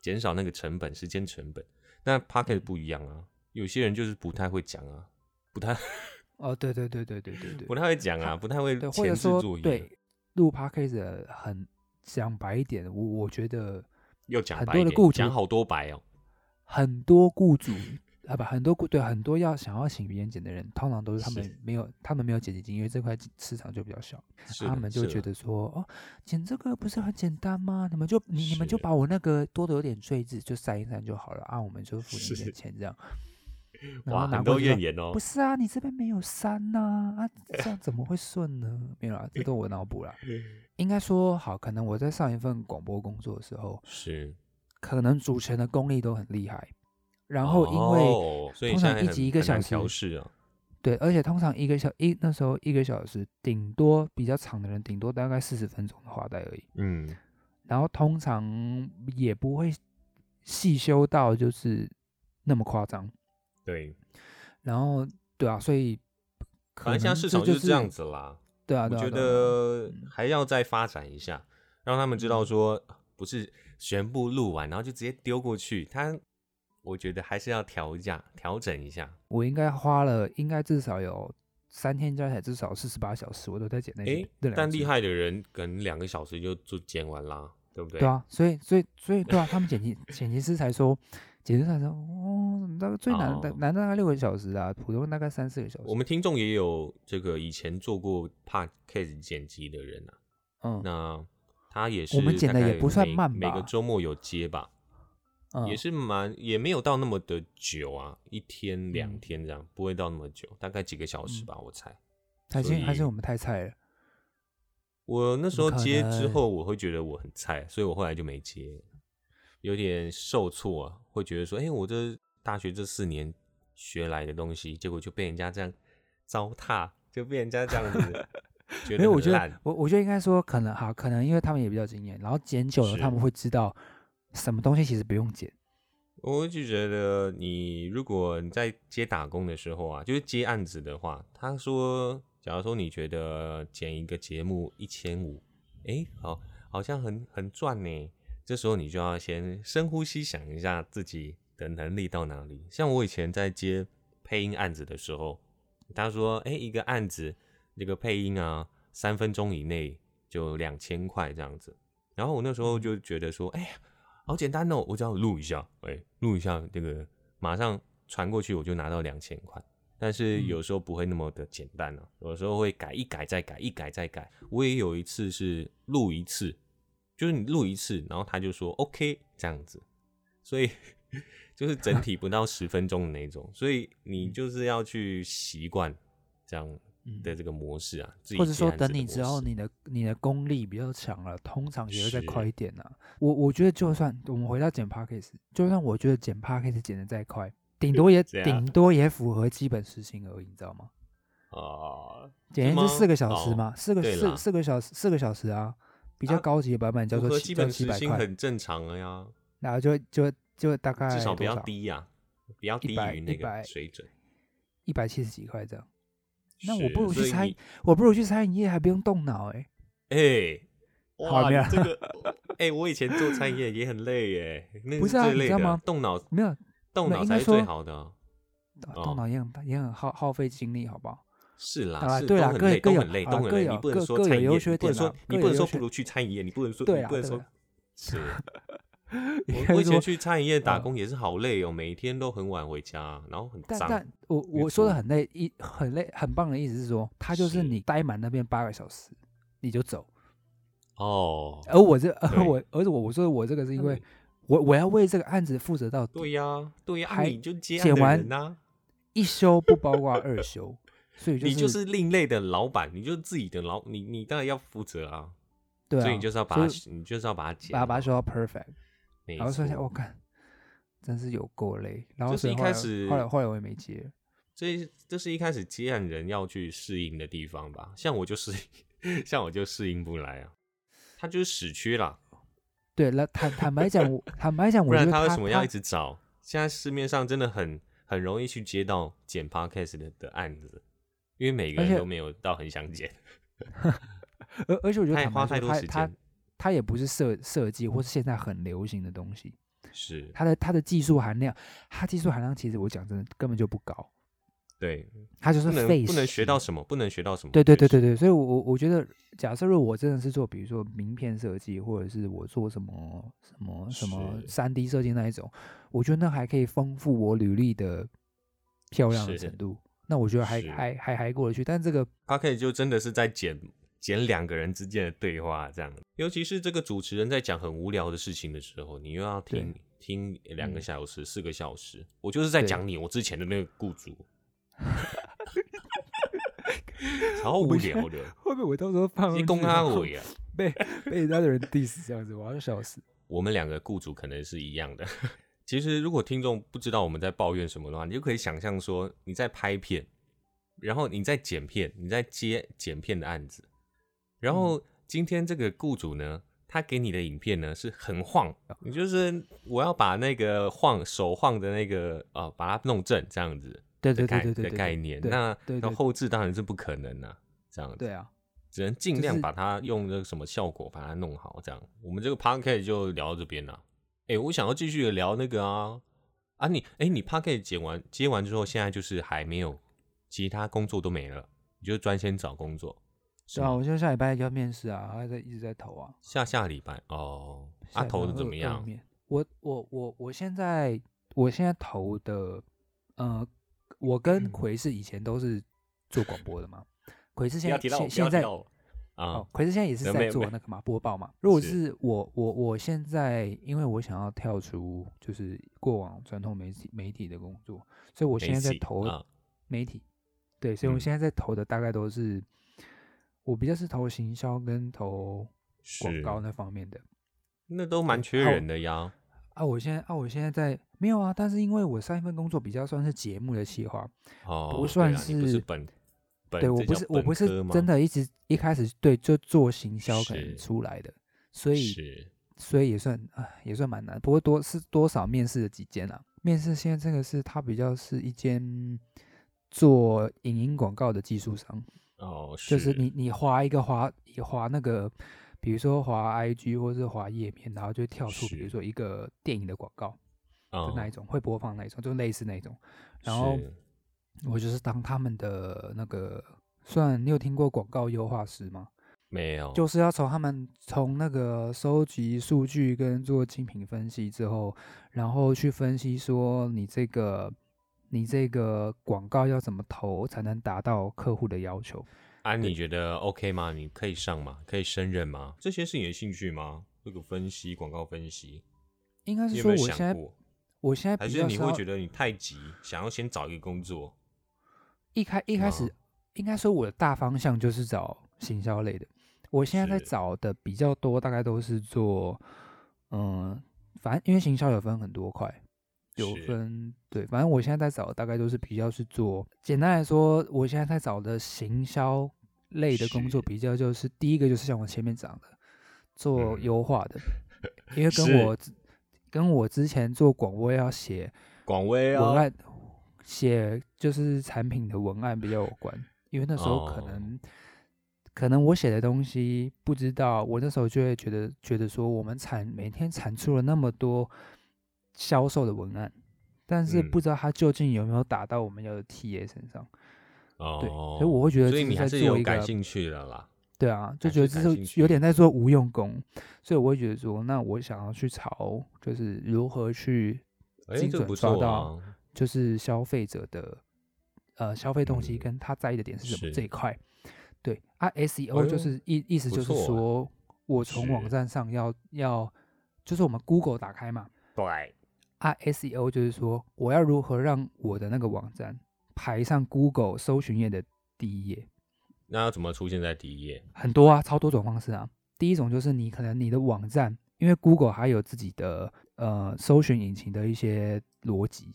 S2: 减少那个成本、时间成本。那
S3: 嗯
S2: Pocket 不一样啊，有些人就是不太会讲啊，不 太
S3: 哦，对对对对对对对
S2: 不，太会讲啊，
S3: 他
S2: 不太会
S3: 对，或
S2: 前
S3: 者
S2: 置
S3: 说
S2: 作业，
S3: 对录 podcast 的很讲白一点，我我觉得
S2: 又讲
S3: 很
S2: 白
S3: 多
S2: 一
S3: 的
S2: 点
S3: 雇主
S2: 讲好多白哦，
S3: 很多雇主啊不很多雇对很多要想要请别人剪的人，通常都是他
S2: 是
S3: 们没有他们没有剪辑经验，因为这块市场就比较小，
S2: 是
S3: 他
S2: 的
S3: 们就是觉
S2: 的
S3: 得说哦剪这个不是很简单吗？你们就你你们就是把我那个多的有点赘字就删一删就好了啊，我们就付你一
S2: 是
S3: 点钱这样。然后
S2: 哇，
S3: 拿
S2: 很
S3: 过
S2: 多
S3: 去说
S2: 怨言哦
S3: 不，是啊，你这边没有删呐、啊，这样怎么会顺呢？没有啦，这都我 脑补啦。应该说好，可能我在上一份广播工作的时候，
S2: 是。
S3: 可能主持人的功力都很厉害，然后因为、
S2: 哦、所以
S3: 通
S2: 现
S3: 常
S2: 在
S3: 一
S2: 很
S3: 集一个
S2: 很难
S3: 小时
S2: 调试啊，
S3: 对，而且通常一个小一那时候一个小时，顶多比较长的人顶多大概四十分钟的话带而已，
S2: 嗯，
S3: 然后通常也不会细修到就是那么夸张，
S2: 对，
S3: 然后对啊，所以可
S2: 反
S3: 能
S2: 正现在市
S3: 这
S2: 场
S3: 就
S2: 就是这样，子啦。
S3: 对啊，对啊
S2: 我觉
S3: 对啊对啊
S2: 得还要再发展一下。让他们知
S3: 嗯
S2: 道说不是全部录完，然后就直接丢过去。他我觉得还是要调一下，调整一下。
S3: 我应该花了，应该至少有三天加起来至少四十八小时，我都在剪那
S2: 诶
S3: 些。那两
S2: 但
S3: 支
S2: 厉害的人可能两个小时就就剪完啦，对不对？
S3: 对啊，所以所以所以对啊，他们剪辑 剪辑师才说，剪辑师才说，哦，大概最难的、
S2: 哦
S3: 难的大概六个小时啊，普通大概三四个小
S2: 我
S3: 时。
S2: 们听众也有这个以前做过 podcast 剪辑的人啊，
S3: 嗯，
S2: 那他也是
S3: 我们剪得
S2: 大概
S3: 也不算
S2: 每
S3: 慢
S2: 每
S3: 吧
S2: 个周末有接吧，
S3: 嗯
S2: 也是蛮也没有到那么的久啊，一天两
S3: 嗯
S2: 天这样，不会到那么久，大概几个小时吧，我猜。
S3: 还是
S2: 所
S3: 还
S2: 以
S3: 是我们太菜了。
S2: 我那时
S3: 怎
S2: 候
S3: 么可
S2: 接之
S3: 能
S2: 后，我会觉得我很菜，所以我后来就没接，有点受挫啊，会觉得说，哎、我这大学这四年学来的东西，结果就被人家这样糟蹋，就被人家这样子，觉
S3: 没
S2: 得
S3: 有，我
S2: 很
S3: 觉
S2: 烂
S3: 得我我觉得应该说可能好，可能因为他们也比较经验，然后剪久了
S2: 是
S3: 他们会知道什么东西其实不用剪。
S2: 我就觉得你如果你在接打工的时候啊，就是接案子的话，他说，假如说你觉得剪一个节目一千五，哎，好，好像很很赚呢。这时候你就要先深呼吸，想一下自己的能力到哪里。像我以前在接配音案子的时候，他说，哎，一个案子那个配音啊，三分钟以内就两千块这样子。然后我那时
S3: 嗯
S2: 候就觉得说，哎呀，好简单哦，我只要录一下，哎，录一下这个，马上传过去我就拿到两千块。但是
S3: 嗯
S2: 有时候不会那么的简单啊，有时候会改一改再改，一改再改。我也有一次是录一次，就是你录一次，然后他就说 OK 这样子，所以 就是整体不到十分钟的那种，所以你就是要去习惯这样
S3: 嗯，
S2: 的这个模式啊，自己
S3: 或者
S2: 接
S3: 说
S2: 案子
S3: 等
S2: 的
S3: 你
S2: 模
S3: 之后，
S2: 式
S3: 你的你的功力比较强了，通常也会再
S2: 是
S3: 快一点啊。我我觉得就算我们回到剪 p a c k a g e 就算我觉得剪 p a c k a g e 剪的再快， 顶多也
S2: 怎样
S3: 顶多也符合基本时薪而已，你知道吗？
S2: 啊，
S3: 简
S2: 吗
S3: 单是四个小时
S2: 哦
S3: 嘛，四个
S2: 对啦
S3: 四四个小时四个小时啊，比较
S2: 啊
S3: 高级的版本叫
S2: 符
S3: 做
S2: 合
S3: 七
S2: 基
S3: 叫
S2: 本
S3: 七
S2: 时
S3: 百
S2: 薪
S3: 块，
S2: 很正常了呀，
S3: 然后就就就大概
S2: 至少不
S3: 多
S2: 要
S3: 少
S2: 低呀、不要低
S3: 100
S2: 于那个
S3: 100
S2: 水准。
S3: 一百七十几块这样。那我
S2: 是
S3: 不如去
S2: 所以
S3: 餐
S2: 你
S3: 饮，我不如去餐饮业还不用动脑哎、
S2: 哎、
S3: 好
S2: 哇，
S3: 没有
S2: 你这个哎、我以前做餐饮业也很累耶，那
S3: 不
S2: 是
S3: 是啊
S2: 最
S3: 你
S2: 累
S3: 知道
S2: 的
S3: 吗
S2: 动脑
S3: 没有
S2: 动
S3: 没有
S2: 脑
S3: 应
S2: 才
S3: 该
S2: 是最
S3: 说
S2: 好的啊、哦
S3: 动脑也很也很耗耗费精力，好不好？
S2: 是啦，
S3: 啊
S2: 是
S3: 对
S2: 都
S3: 啦
S2: 很
S3: 各
S2: 累，
S3: 各
S2: 都
S3: 有
S2: 很累，
S3: 啊
S2: 都很
S3: 各
S2: 累。你
S3: 有
S2: 不能
S3: 各
S2: 说
S3: 各有
S2: 餐饮业，
S3: 优
S2: 你
S3: 缺
S2: 不能
S3: 点啦
S2: 说你
S3: 各
S2: 不能说
S3: 有优
S2: 不
S3: 缺
S2: 如去餐饮业，你不能说
S3: 对
S2: 你
S3: 啦
S2: 不能
S3: 对
S2: 说
S3: 啦
S2: 是。
S3: 应
S2: 我
S3: 该
S2: 我以前
S3: 说
S2: 去餐饮业打
S3: 嗯
S2: 工也是好累哦，每天都很晚回家，然后很
S3: 但
S2: 脏。
S3: 但我
S2: 因为
S3: 我说的
S2: 猪
S3: 很累，一很累很棒的意思是说，他就是
S2: 是
S3: 你待满那边八个小时，你就走。
S2: 哦，
S3: 而我这
S2: 对
S3: 而我而且我我说我这个是因
S2: 那
S3: 为
S2: 你
S3: 我我要为这个案子负责到
S2: 对
S3: 底，
S2: 呀、对呀、啊，
S3: 还
S2: 你就接案
S3: 剪
S2: 的
S3: 完
S2: 人呐、
S3: 一休不包括二休，所以
S2: 你就
S3: 就是
S2: 另类的老板，你就是自己的老，你你当然要负责啊，
S3: 对啊，
S2: 所以你就是要把
S3: 所
S2: 它
S3: 以，
S2: 你就是要把它剪
S3: 把
S2: 好，
S3: 把它修到 perfect，
S2: 没
S3: 然后剩下
S2: 错
S3: 我看真是有够累，然后
S2: 就是
S3: 所以
S2: 一
S3: 后
S2: 开
S3: 来
S2: 始
S3: 后来后来我也没接了，
S2: 这这是一开始接案人要去适应的地方吧？像我就适应， 像我就适应不来啊，他就是死区啦，
S3: 对，那坦坦白讲，我坦白讲，
S2: 不
S3: 我觉
S2: 然
S3: 得
S2: 他
S3: 他
S2: 为什么要
S3: 他
S2: 一直找？现在市面上真的很很容易去接到剪 podcast 的的案子，因为每个
S3: 而
S2: 人
S3: 且
S2: 都没有到很想剪，
S3: 而呃而且我觉得
S2: 太
S3: 坦
S2: 花太
S3: 白
S2: 多
S3: 说，他
S2: 时
S3: 他
S2: 间，
S3: 他也不是设设计或是现在很流行的东西，
S2: 是
S3: 它的它的技术含量，它技术含量其实我讲真的根本就不高，
S2: 对，
S3: 它就是
S2: 不能
S3: 费
S2: 不能
S3: 时
S2: 学到什么，不能学到什么，
S3: 对对
S2: 确
S3: 对
S2: 实
S3: 对对，所以我我我觉得，假设如果我真的是做，比如说名片设计，或者是我做什么什么什么
S2: 是
S3: 三 D 设计那一种，我觉得那还可以丰富我履历的漂亮的
S2: 是
S3: 程度，那我觉得还
S2: 是
S3: 还还还过得去。但这个
S2: p o c a s t 就真的是在剪剪两个人之间的对话这样。尤其是这个主持人在讲很无聊的事情的时候，你又要听听两个小时、四个小时。我就是在
S3: 对
S2: 讲你，我之前的那个雇 主， 超无
S3: 我觉得
S2: 聊的，
S3: 会不会我到时候放
S2: 你
S3: 上
S2: 公
S3: 去
S2: 开
S3: 然后
S2: 我呀。
S3: 被被人家的人 diss 这样子，我要笑死。
S2: 我们两个雇主可能是一样的。 其实，如果听众不知道我们在抱怨什么的话，你就可以想象说你在拍片，然后你在剪片，你在接剪片的案子，然后今天这个雇主呢，他给你的影片呢是很晃，你就是我要把那个晃手晃的那个啊、呃把它弄正这样子
S3: 对
S2: 的
S3: 对
S2: 概
S3: 对对对
S2: 的
S3: 对
S2: 概念。
S3: 对
S2: 那
S3: 对
S2: 那
S3: 对
S2: 后置当然是不可能啦、这样子。
S3: 对啊，
S2: 只能尽
S3: 就
S2: 量
S3: 是
S2: 把它用那个什么效果把它弄好，这样。我们这个 p a r k e t 就聊到这边了。哎、我想要继续聊那个啊啊你，哎、你 p a r k e t 剪完接完之后，现在就是还没有其他工作都没了，你就专心找工作，是
S3: 对啊，
S2: 吗？
S3: 我现在下礼拜要面试啊，还在一直在投啊。
S2: 下下礼拜哦，
S3: 下
S2: 啊
S3: 礼拜
S2: 投的
S3: 二
S2: 怎么？
S3: 二
S2: 样？
S3: 面我我我我现在我现在投的，呃，我
S2: 嗯
S3: 跟奎是以前都是做广播的嘛，奎是现在现现在
S2: 我啊
S3: 哦，，奎斯现在也是
S2: 没
S3: 在
S2: 有
S3: 做
S2: 没有
S3: 那个嘛播报嘛。如果
S2: 是
S3: 是我我我现在，因为我想要跳出就是过往传统媒体媒体的工作，所以我
S2: 我
S3: 现在在投
S2: 啊，
S3: 媒体，对，所以我
S2: 嗯
S3: 现在在投的大概都是、我比较是投行销跟投广
S2: 是
S3: 告那方面的。
S2: 那都蛮缺
S3: 好
S2: 人的呀。
S3: 啊，我现在啊，我现在在没有啊，但是因为我上一份工作比较算是节目的企划，
S2: 哦，
S3: 不
S2: 对
S3: 算
S2: 啊你不是
S3: 是
S2: 本本，
S3: 对我
S2: 这
S3: 不
S2: 叫
S3: 是我不
S2: 本科
S3: 是
S2: 吗
S3: 真的一直一开始对就做行销可
S2: 是
S3: 能出来的，所以
S2: 是
S3: 所以也算啊，也算蛮难。不过多是多少面试了几间啊？面试现在这个是它比较是一间做影音广告的技术商，
S2: 哦，
S3: 就是你你划一个划你划那个，比如说划 IG 或是划页面，然后就会跳出，比
S2: 是
S3: 如说一个电影的广告
S2: 哦
S3: 的那一种，会播放那一种，就类似那一种。然后
S2: 是
S3: 我就是当他们的那个，算你有听过广告优化师吗？
S2: 没有
S3: 就是要从他们从那个收集数据跟做竞品分析之后，然后去分析说你这个你这个广告要怎么投才能达到客户的要求。
S2: 啊，你觉得 OK 吗？你可以上吗？可以胜任吗？这些是你的兴趣吗？这个分析广告分析，
S3: 应该
S2: 你
S3: 是
S2: 有没
S3: 说我
S2: 有
S3: 现
S2: 想
S3: 在
S2: 过？
S3: 我现在
S2: 还
S3: 比
S2: 是
S3: 较
S2: 你
S3: 是
S2: 会
S3: 要
S2: 觉得你太急，想要先找一个工作？
S3: 一开一开始
S2: 吗
S3: 应该说我的大方向就是找行销类的，我现在在
S2: 是
S3: 找的比较多，大概都是做嗯，反正因为行销有分很多块，有
S2: 是
S3: 分对，反正我现在在找的大概都是比较是做，简单来说，我现在在找的行销类的工作
S2: 是
S3: 比较就是第一个就是像我前面讲的做
S2: 嗯
S3: 优化的，因为
S2: 是
S3: 跟我之跟我之前做广播要写
S2: 广威
S3: 文
S2: 啊，
S3: 案写就是产品的文案比较有关，因为那时候可
S2: 哦
S3: 能、可能我写的东西不知道，我那时候就会觉得觉得说我们产每天产出了那么多销售的文案，但是
S2: 嗯
S3: 不知道它究竟有没有打到我们要的 TA 身上，对，
S2: 哦，
S3: 所以我会觉得
S2: 所
S3: 自
S2: 以
S3: 己
S2: 你还
S3: 在
S2: 是
S3: 做
S2: 有
S3: 一
S2: 感
S3: 个
S2: 兴趣了啦。
S3: 对啊，就
S2: 还
S3: 觉得
S2: 是
S3: 这
S2: 感兴
S3: 是
S2: 趣
S3: 有点在做无用功，所以我会觉得说，那我想要去朝就是如何去
S2: 哎，
S3: 精
S2: 这个
S3: 准
S2: 不
S3: 抓
S2: 错
S3: 到
S2: 啊，
S3: 就是消费者的呃消费动机
S2: 嗯
S3: 跟他在意的点是什么
S2: 是
S3: 这一块。对啊
S2: 哎
S3: ，SEO
S2: 呦
S3: 就是意、意思
S2: 不
S3: 就是
S2: 错啊
S3: 说，我从网
S2: 是
S3: 站上要要，就是我们 Google 打开嘛，
S2: 对，
S3: 啊，SEO 就是说我要如何让我的那个网站排上 Google 搜寻页的第一页，
S2: 那要怎么出现在第一页？
S3: 很多啊，超多种方式啊。第一种就是你可能你的网站，因为 Google 还有自己的呃搜寻引擎的一些逻辑，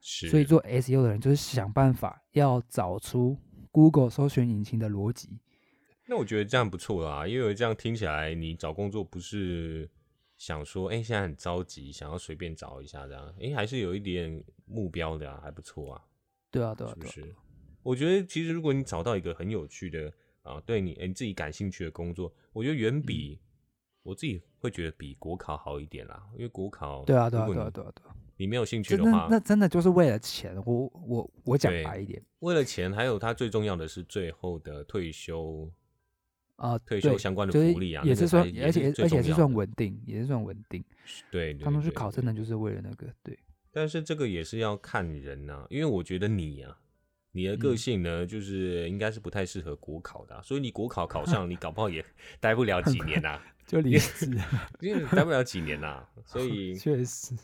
S2: 是，
S3: 所以做 SEO 的人就是想办法要找出 Google 搜寻引擎的逻辑。
S2: 那我觉得这样不错啦，因为这样听起来你找工作不是想说，哎、现在很着急，想要随便找一下这样，哎、还是有一点目标的啊，还不错啊，
S3: 对啊，对啊
S2: 是，不
S3: 对啊，
S2: 是？我觉得其实如果你找到一个很有趣的啊，对你、诶你自己感兴趣的工作，我觉得远比、我自己会觉得比国考好一点啦，因为国考
S3: 对啊，对啊，
S2: 如果
S3: 对啊，
S2: 你
S3: 对啊，对啊。
S2: 你没有兴趣
S3: 真
S2: 的
S3: 的
S2: 话，
S3: 那真的就是为了钱，我我我讲
S2: 对
S3: 白一点
S2: 为了钱，还有他最重要的是最后的退休
S3: 啊，
S2: 退
S3: 对
S2: 休相关的
S3: 就是
S2: 福利啊
S3: 也
S2: 那个
S3: 是算
S2: 才，也
S3: 而
S2: 是
S3: 且
S2: 最
S3: 而且
S2: 重
S3: 是
S2: 要
S3: 算
S2: 的
S3: 稳定，也是算稳定。
S2: 对，对
S3: 他们去
S2: 对
S3: 考，
S2: 对
S3: 真的就是为了那个， 对，
S2: 但是这个也是要看人呐、因为我觉得你啊，你的个
S3: 嗯
S2: 性呢，就是应该是不太适合国考的啊、所以你国考 考上，你搞不好也 待不了几年呐、啊
S3: 就离职，
S2: 因为待不了几年呐、啊所以
S3: 确实，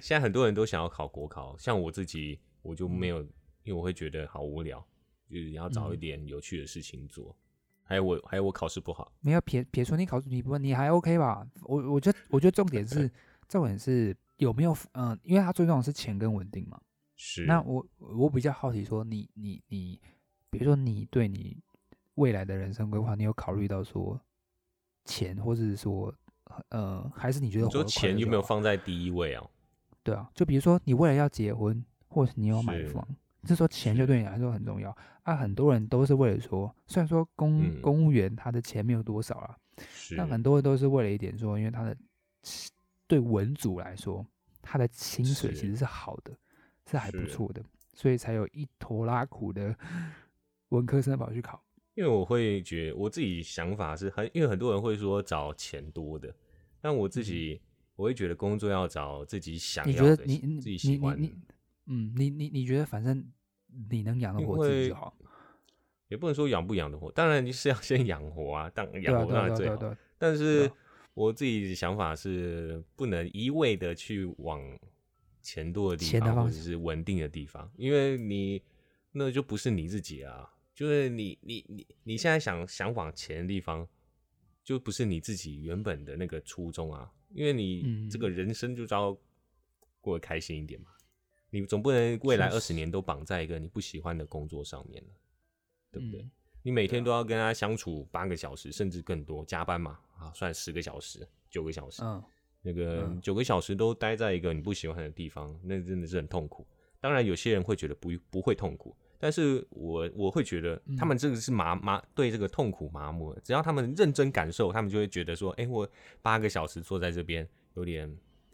S2: 现在很多人都想要考国考，像我自己，我
S3: 嗯
S2: 就没有，因为我会觉得好无聊，就是要找一
S3: 嗯
S2: 点有趣的事情做。还有我，还有我考试不好，
S3: 没有撇撇除你考你不你还 OK 吧？我我觉得我觉得重 点是重点是有没有嗯、因为它最重要的是钱跟稳定嘛。
S2: 是
S3: 那我我比较好奇说你，你你比如说你对你未来的人生规划，你有考虑到说钱，或者是说呃，还是你觉得
S2: 你
S3: 活
S2: 说
S3: 得快乐
S2: 钱有
S3: 就
S2: 没有
S3: 好？
S2: 放在第一位啊？
S3: 对啊，就比如说你未来要结婚，或是你要买
S2: 是
S3: 房，这时候钱就对你来说很重要啊。很多人都是为了说，虽然说公、
S2: 嗯
S3: 公务员他的钱没有多少啦，
S2: 是
S3: 但很多人都是为了一点说，因为他的薪对文组来说，他的薪水
S2: 是
S3: 其实是好的，是还不
S2: 是
S3: 错的，所以才有一头拉苦的文科生跑去考。
S2: 因为我会觉我自己想法是很，因为很多人会说找钱多的，但我自己我会觉得工作要找自己想
S3: 嗯你
S2: 要
S3: 觉
S2: 的，
S3: 得你你
S2: 自己
S3: 你
S2: 喜欢的
S3: 你，你嗯，你你你觉得反正你能养得
S2: 因
S3: 活自己
S2: 为
S3: 就好，
S2: 也不能说养不养得活，当然你是要先养活啊，当
S3: 对
S2: 养
S3: 啊
S2: 活
S3: 对啊
S2: 当
S3: 对
S2: 然
S3: 啊
S2: 最
S3: 对啊
S2: 好，
S3: 对啊，
S2: 但
S3: 对
S2: 是
S3: 啊
S2: 我自己想法是不能一味的去往钱多的地
S3: 钱的
S2: 方，
S3: 方
S2: 或者是稳定的地方，因为你那就不是你自己啊。就是你你你你现在想想往钱的地方，就不是你自己原本的那个初衷啊。因为你
S3: 嗯
S2: 这个人生就是要过得开心一点嘛，你总不能未来
S3: 确
S2: 二
S3: 实
S2: 十年都绑在一个你不喜欢的工作上面了，对不对？
S3: 嗯
S2: 你每天都要跟他相处八个小时，甚至更多，加班嘛，啊，算十个小时、九个小时，
S3: 嗯，
S2: 那个
S3: 嗯
S2: 九个小时都待在一个你不喜欢的地方，那真的是很痛苦。当然，有些人会觉得不不会痛苦，但是我我会觉得
S3: 嗯
S2: 他们这个是麻麻对这个痛苦麻木了。只要他们认真感受，他们就会觉得说，哎、我八个小时坐在这边有点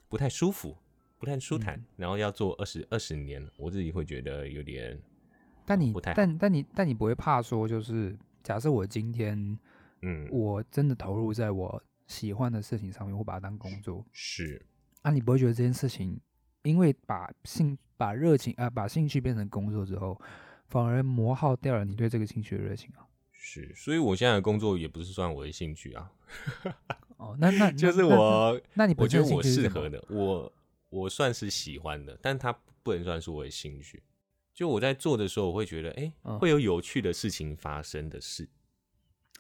S2: 不太舒服，不太舒
S3: 嗯
S2: 坦，然后要做二十二十年，我自己会觉得有点
S3: 但你
S2: 不太好
S3: 但但你但你不会怕说，就是假设我今天
S2: 嗯
S3: 我真的投入在我喜欢的事情上面，我把它当工作，
S2: 是
S3: 啊，你不会觉得这件事情，因为把兴把热情啊、把兴趣变成工作之后，反而磨耗掉了你对这个兴趣的热情啊。
S2: 是，所以我现在的工作也不是算我的兴趣啊，
S3: 哦，那嗯那
S2: 就是
S3: 那那
S2: 我
S3: 那你
S2: 我
S3: 本
S2: 觉
S3: 身
S2: 得
S3: 的
S2: 我
S3: 兴趣是
S2: 适
S3: 什么
S2: 合的，我我算是喜欢的，但它不能算是我的兴趣。就我在做的时候，我会觉得，哎、
S3: 嗯
S2: 会有有趣的事情发生的事。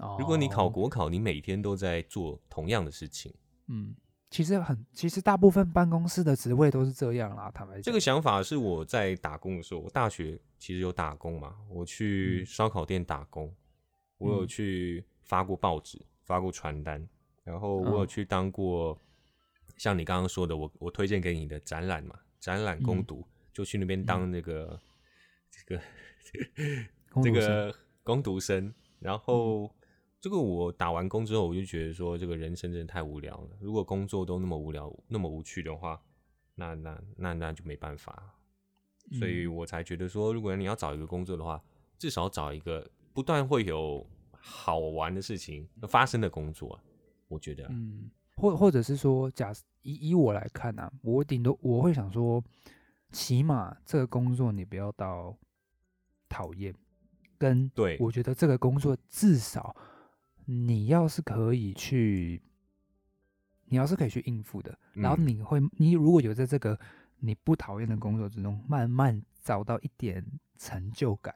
S3: 哦，
S2: 如果你考国考，你每天都在做同样的事情，
S3: 嗯，其实很，其实大部分办公室的职位都是这样啦。坦白讲，
S2: 这个想法是我在打工的时候，我大学其实有打工嘛，我去
S3: 嗯
S2: 烧烤店打工，我有
S3: 嗯
S2: 去发过报纸，发过传单，然后我有
S3: 嗯
S2: 去当过，像你刚刚说的，我我推荐给你的展览嘛，展览攻
S3: 嗯
S2: 读，就去那边当那个、这个
S3: 公
S2: 这
S3: 主生嗯
S2: 个工读生。然后、这个我打完工之后，我就觉得说，这个人生真的太无聊了。如果工作都那么无聊、那么无趣的话，那那那那就没办法。所以
S3: 嗯
S2: 我才觉得说，如果你要找一个工作的话，至少找一个不断会有好玩的事情发生的工作啊、我觉得啊，
S3: 嗯，或或者是说，假设以以我来看啊，我顶多我会想说，起码这个工作你不要到讨厌，跟
S2: 对，
S3: 我觉得这个工作至少你要是可以去，你要是可以去应付的，然后
S2: 嗯
S3: 你会，你如果有在这个你不讨厌的工作之中，慢慢找到一点成就感，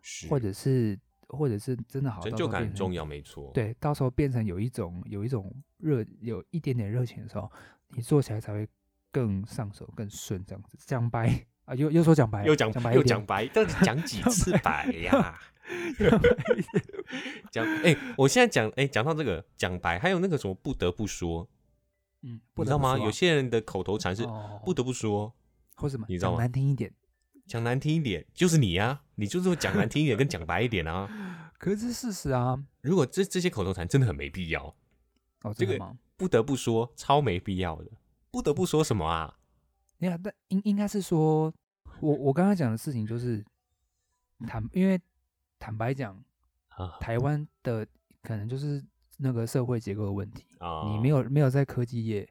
S2: 是
S3: 或者是或者是真的好
S2: 成
S3: 到
S2: 就
S3: 时候
S2: 感
S3: 变
S2: 很
S3: 成
S2: 重要，没错。，
S3: 对，到时候变成有一种有一种热有一点点热情的时候，你做起来才会更上手、更顺这样子。讲白啊，又又说讲白了，
S2: 又讲
S3: 讲白
S2: 又
S3: 一点
S2: 讲白，到底讲几
S3: 讲
S2: 次
S3: 白
S2: 白呀？ 讲哎、我现在讲哎，讲、到这个讲白，还有那个什么不得不说，
S3: 嗯，
S2: 你
S3: 不
S2: 知
S3: 得
S2: 道
S3: 不
S2: 吗？
S3: 说
S2: 有
S3: 啊
S2: 些人的口头禅是
S3: 哦
S2: 不得不说，
S3: 或什么，
S2: 你知道
S3: 讲
S2: 吗
S3: 难听一点。
S2: 讲难听一点就是你啊，你就是会讲难听一点跟讲白一点啊。
S3: 可是这是事实啊。
S2: 如果这这些口头禅真的很没必要，
S3: 哦，
S2: 这
S3: 真的
S2: 个
S3: 吗？
S2: 不得不说超没必要的，不得不说什么啊？
S3: 你看，但应应该是说，我我刚刚讲的事情就是坦，因为坦白讲，
S2: 嗯啊
S3: 台湾的可能就是那个社会结构的问题。
S2: 啊
S3: 你没有没有在科技业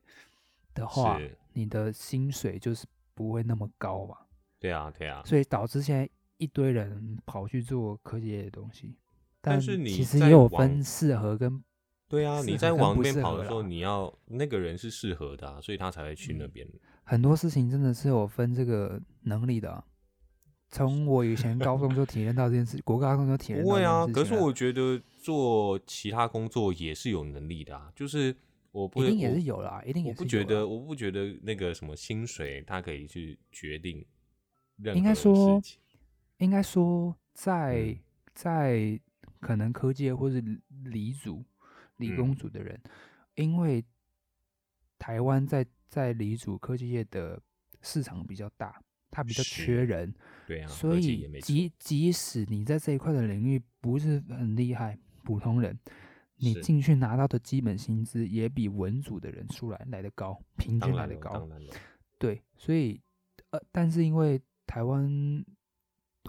S3: 的话，
S2: 是
S3: 你的薪水就是不会那么高嘛，
S2: 对啊对啊，
S3: 所以导致现在一堆人跑去做科技业的东西。
S2: 但
S3: 但
S2: 是你
S3: 其实
S2: 在
S3: 也有
S2: 往
S3: 分适合跟
S2: 对啊，
S3: 适
S2: 你
S3: 合
S2: 在
S3: 跟
S2: 往那
S3: 不
S2: 边
S3: 适
S2: 跑
S3: 合
S2: 的时候，
S3: 啦
S2: 你要那个人是适合的、啊，所以他才会去那边。
S3: 很多事情真的是有分这个能力的啊、从我以前高中就体验到这件事，国高中就体验
S2: 不
S3: 到这
S2: 会啊，
S3: 件事情了。
S2: 可是我觉得做其他工作也是有能力的啊，就是我不
S3: 一
S2: 会
S3: 定也
S2: 我
S3: 是有啦，一定也
S2: 我
S3: 是
S2: 不觉
S3: 有啦
S2: 得，我不觉得那个什么薪水，它可以去决定任何
S3: 应该说
S2: 事情
S3: 应该说在、
S2: 嗯
S3: 在可能科技或是理理组、理工
S2: 嗯
S3: 组的人，因为台湾在在理组科技业的市场比较大，它比较
S2: 是
S3: 缺人，
S2: 对啊，
S3: 所
S2: 而且也
S3: 以
S2: 没错
S3: 即即使你在这一块的领域不是很厉害，普通人，你
S2: 是
S3: 进去拿到的基本薪资也比文组的人出来来的高，平
S2: 当
S3: 均来
S2: 然
S3: 的
S2: 了，
S3: 高
S2: 当。然了，
S3: 对，所以呃，但是因为台湾，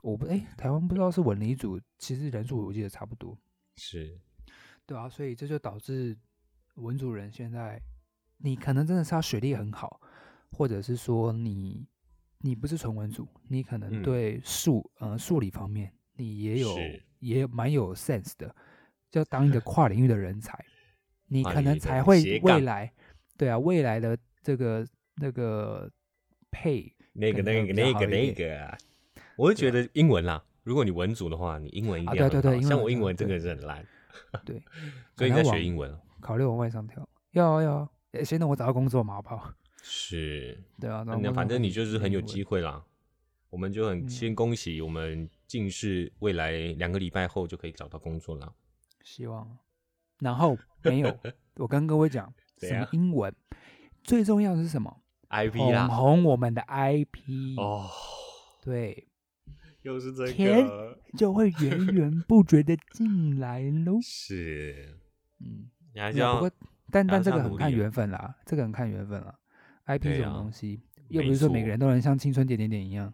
S3: 我不哎、台湾不知道是文理组，其实人数我记得差不多，
S2: 是
S3: 对啊，所以这就导致文组人现在，你可能真的是他学历很好，或者是说你你不是纯文组，你可能
S2: 嗯
S3: 对数、呃数理方面你也有
S2: 是
S3: 也有蛮有 sense 的，就当一个跨领域的人才，你
S2: 跨
S3: 可
S2: 领
S3: 能
S2: 域啊的
S3: 才会
S2: 斜杠
S3: 未来，对啊，未来的这个那个配
S2: 那个
S3: 可能
S2: 那
S3: 会
S2: 个那
S3: 比较好
S2: 个
S3: 一
S2: 那个啊，我是觉得英文啦，如果你文组的话，你英文一
S3: 啊
S2: 定要
S3: 对
S2: 很
S3: 对对
S2: 好
S3: 英
S2: 像
S3: 文
S2: 我英
S3: 真的
S2: 文真
S3: 对
S2: 的是很烂，，
S3: 对
S2: 所以你在
S3: 可能
S2: 学
S3: 往
S2: 英文哦
S3: 考虑往外上跳，要啊要啊，诶先等我找到工作嘛，好不好？
S2: 是，
S3: 对啊，然后
S2: 那
S3: 工
S2: 反
S3: 作
S2: 正
S3: 会
S2: 你就是很有
S3: 英文
S2: 机会啦。我们就很
S3: 嗯
S2: 先恭喜我们近视，未来两个礼拜后就可以找到工作啦。
S3: 希望。然后没有，我跟各位讲
S2: 怎
S3: 什么
S2: 样
S3: 英文，最重要的是什么？
S2: IP
S3: 捧
S2: 啦，
S3: 红我们的 IP，、
S2: 哦，
S3: 对，
S2: 又是这
S3: 天
S2: 个，
S3: 就会源源不绝的进来喽。
S2: 是，
S3: 嗯，
S2: 你还是
S3: 没有不
S2: 要
S3: 过但
S2: 还
S3: 但
S2: 是
S3: 这
S2: 要
S3: 个很
S2: 努
S3: 看
S2: 力啊
S3: 缘分啦，这个很看缘分啦。IP
S2: 对
S3: 这种
S2: 啊
S3: 东西，又
S2: 没
S3: 不是说每
S2: 错
S3: 个人都能像青春点点点一样，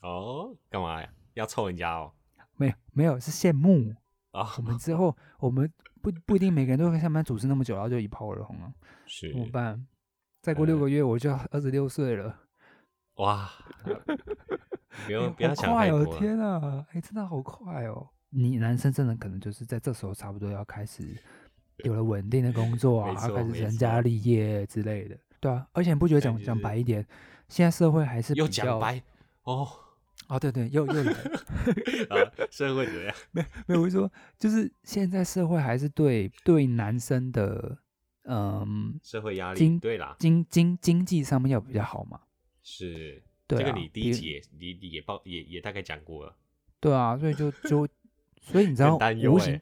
S2: 哦，干嘛呀？要凑人家哦？
S3: 没有没有是羡 慕。
S2: 啊
S3: 我，们之后我们不不一定每个人都会像班主持那么久，然后就一炮而红了，
S2: 是
S3: 怎么办？再过六
S2: 呃
S3: 个月我就二十六岁了。
S2: 哇，不
S3: 哎
S2: 用
S3: 好
S2: 不要想
S3: 快
S2: 太
S3: 哦！
S2: 多了，
S3: 天啊，哎、真的好快哦！你男生真的可能就是在这时候差不多要开始有了稳定的工作
S2: 没
S3: 啊，
S2: 错
S3: 开始
S2: 没
S3: 成家
S2: 错
S3: 立业之类的，对啊。而且你不觉得
S2: 感
S3: 讲
S2: 觉
S3: 讲
S2: 是
S3: 白一点，现在社会还是
S2: 又
S3: 比较
S2: 讲白 哦，
S3: 哦，对对，又 又来了
S2: 啊，社会怎么样？
S3: 没有，我是说就是现在社会还是对对男生的嗯
S2: 社会压力，
S3: 经
S2: 对啦，
S3: 经经经济上面要比较好嘛，
S2: 是
S3: 对
S2: 这个
S3: 啊
S2: 你第
S3: 比
S2: 一集也你你也报也也大概讲过了，
S3: 对啊，所以就就所以你知
S2: 很
S3: 道
S2: 担忧
S3: 无
S2: 欸
S3: 形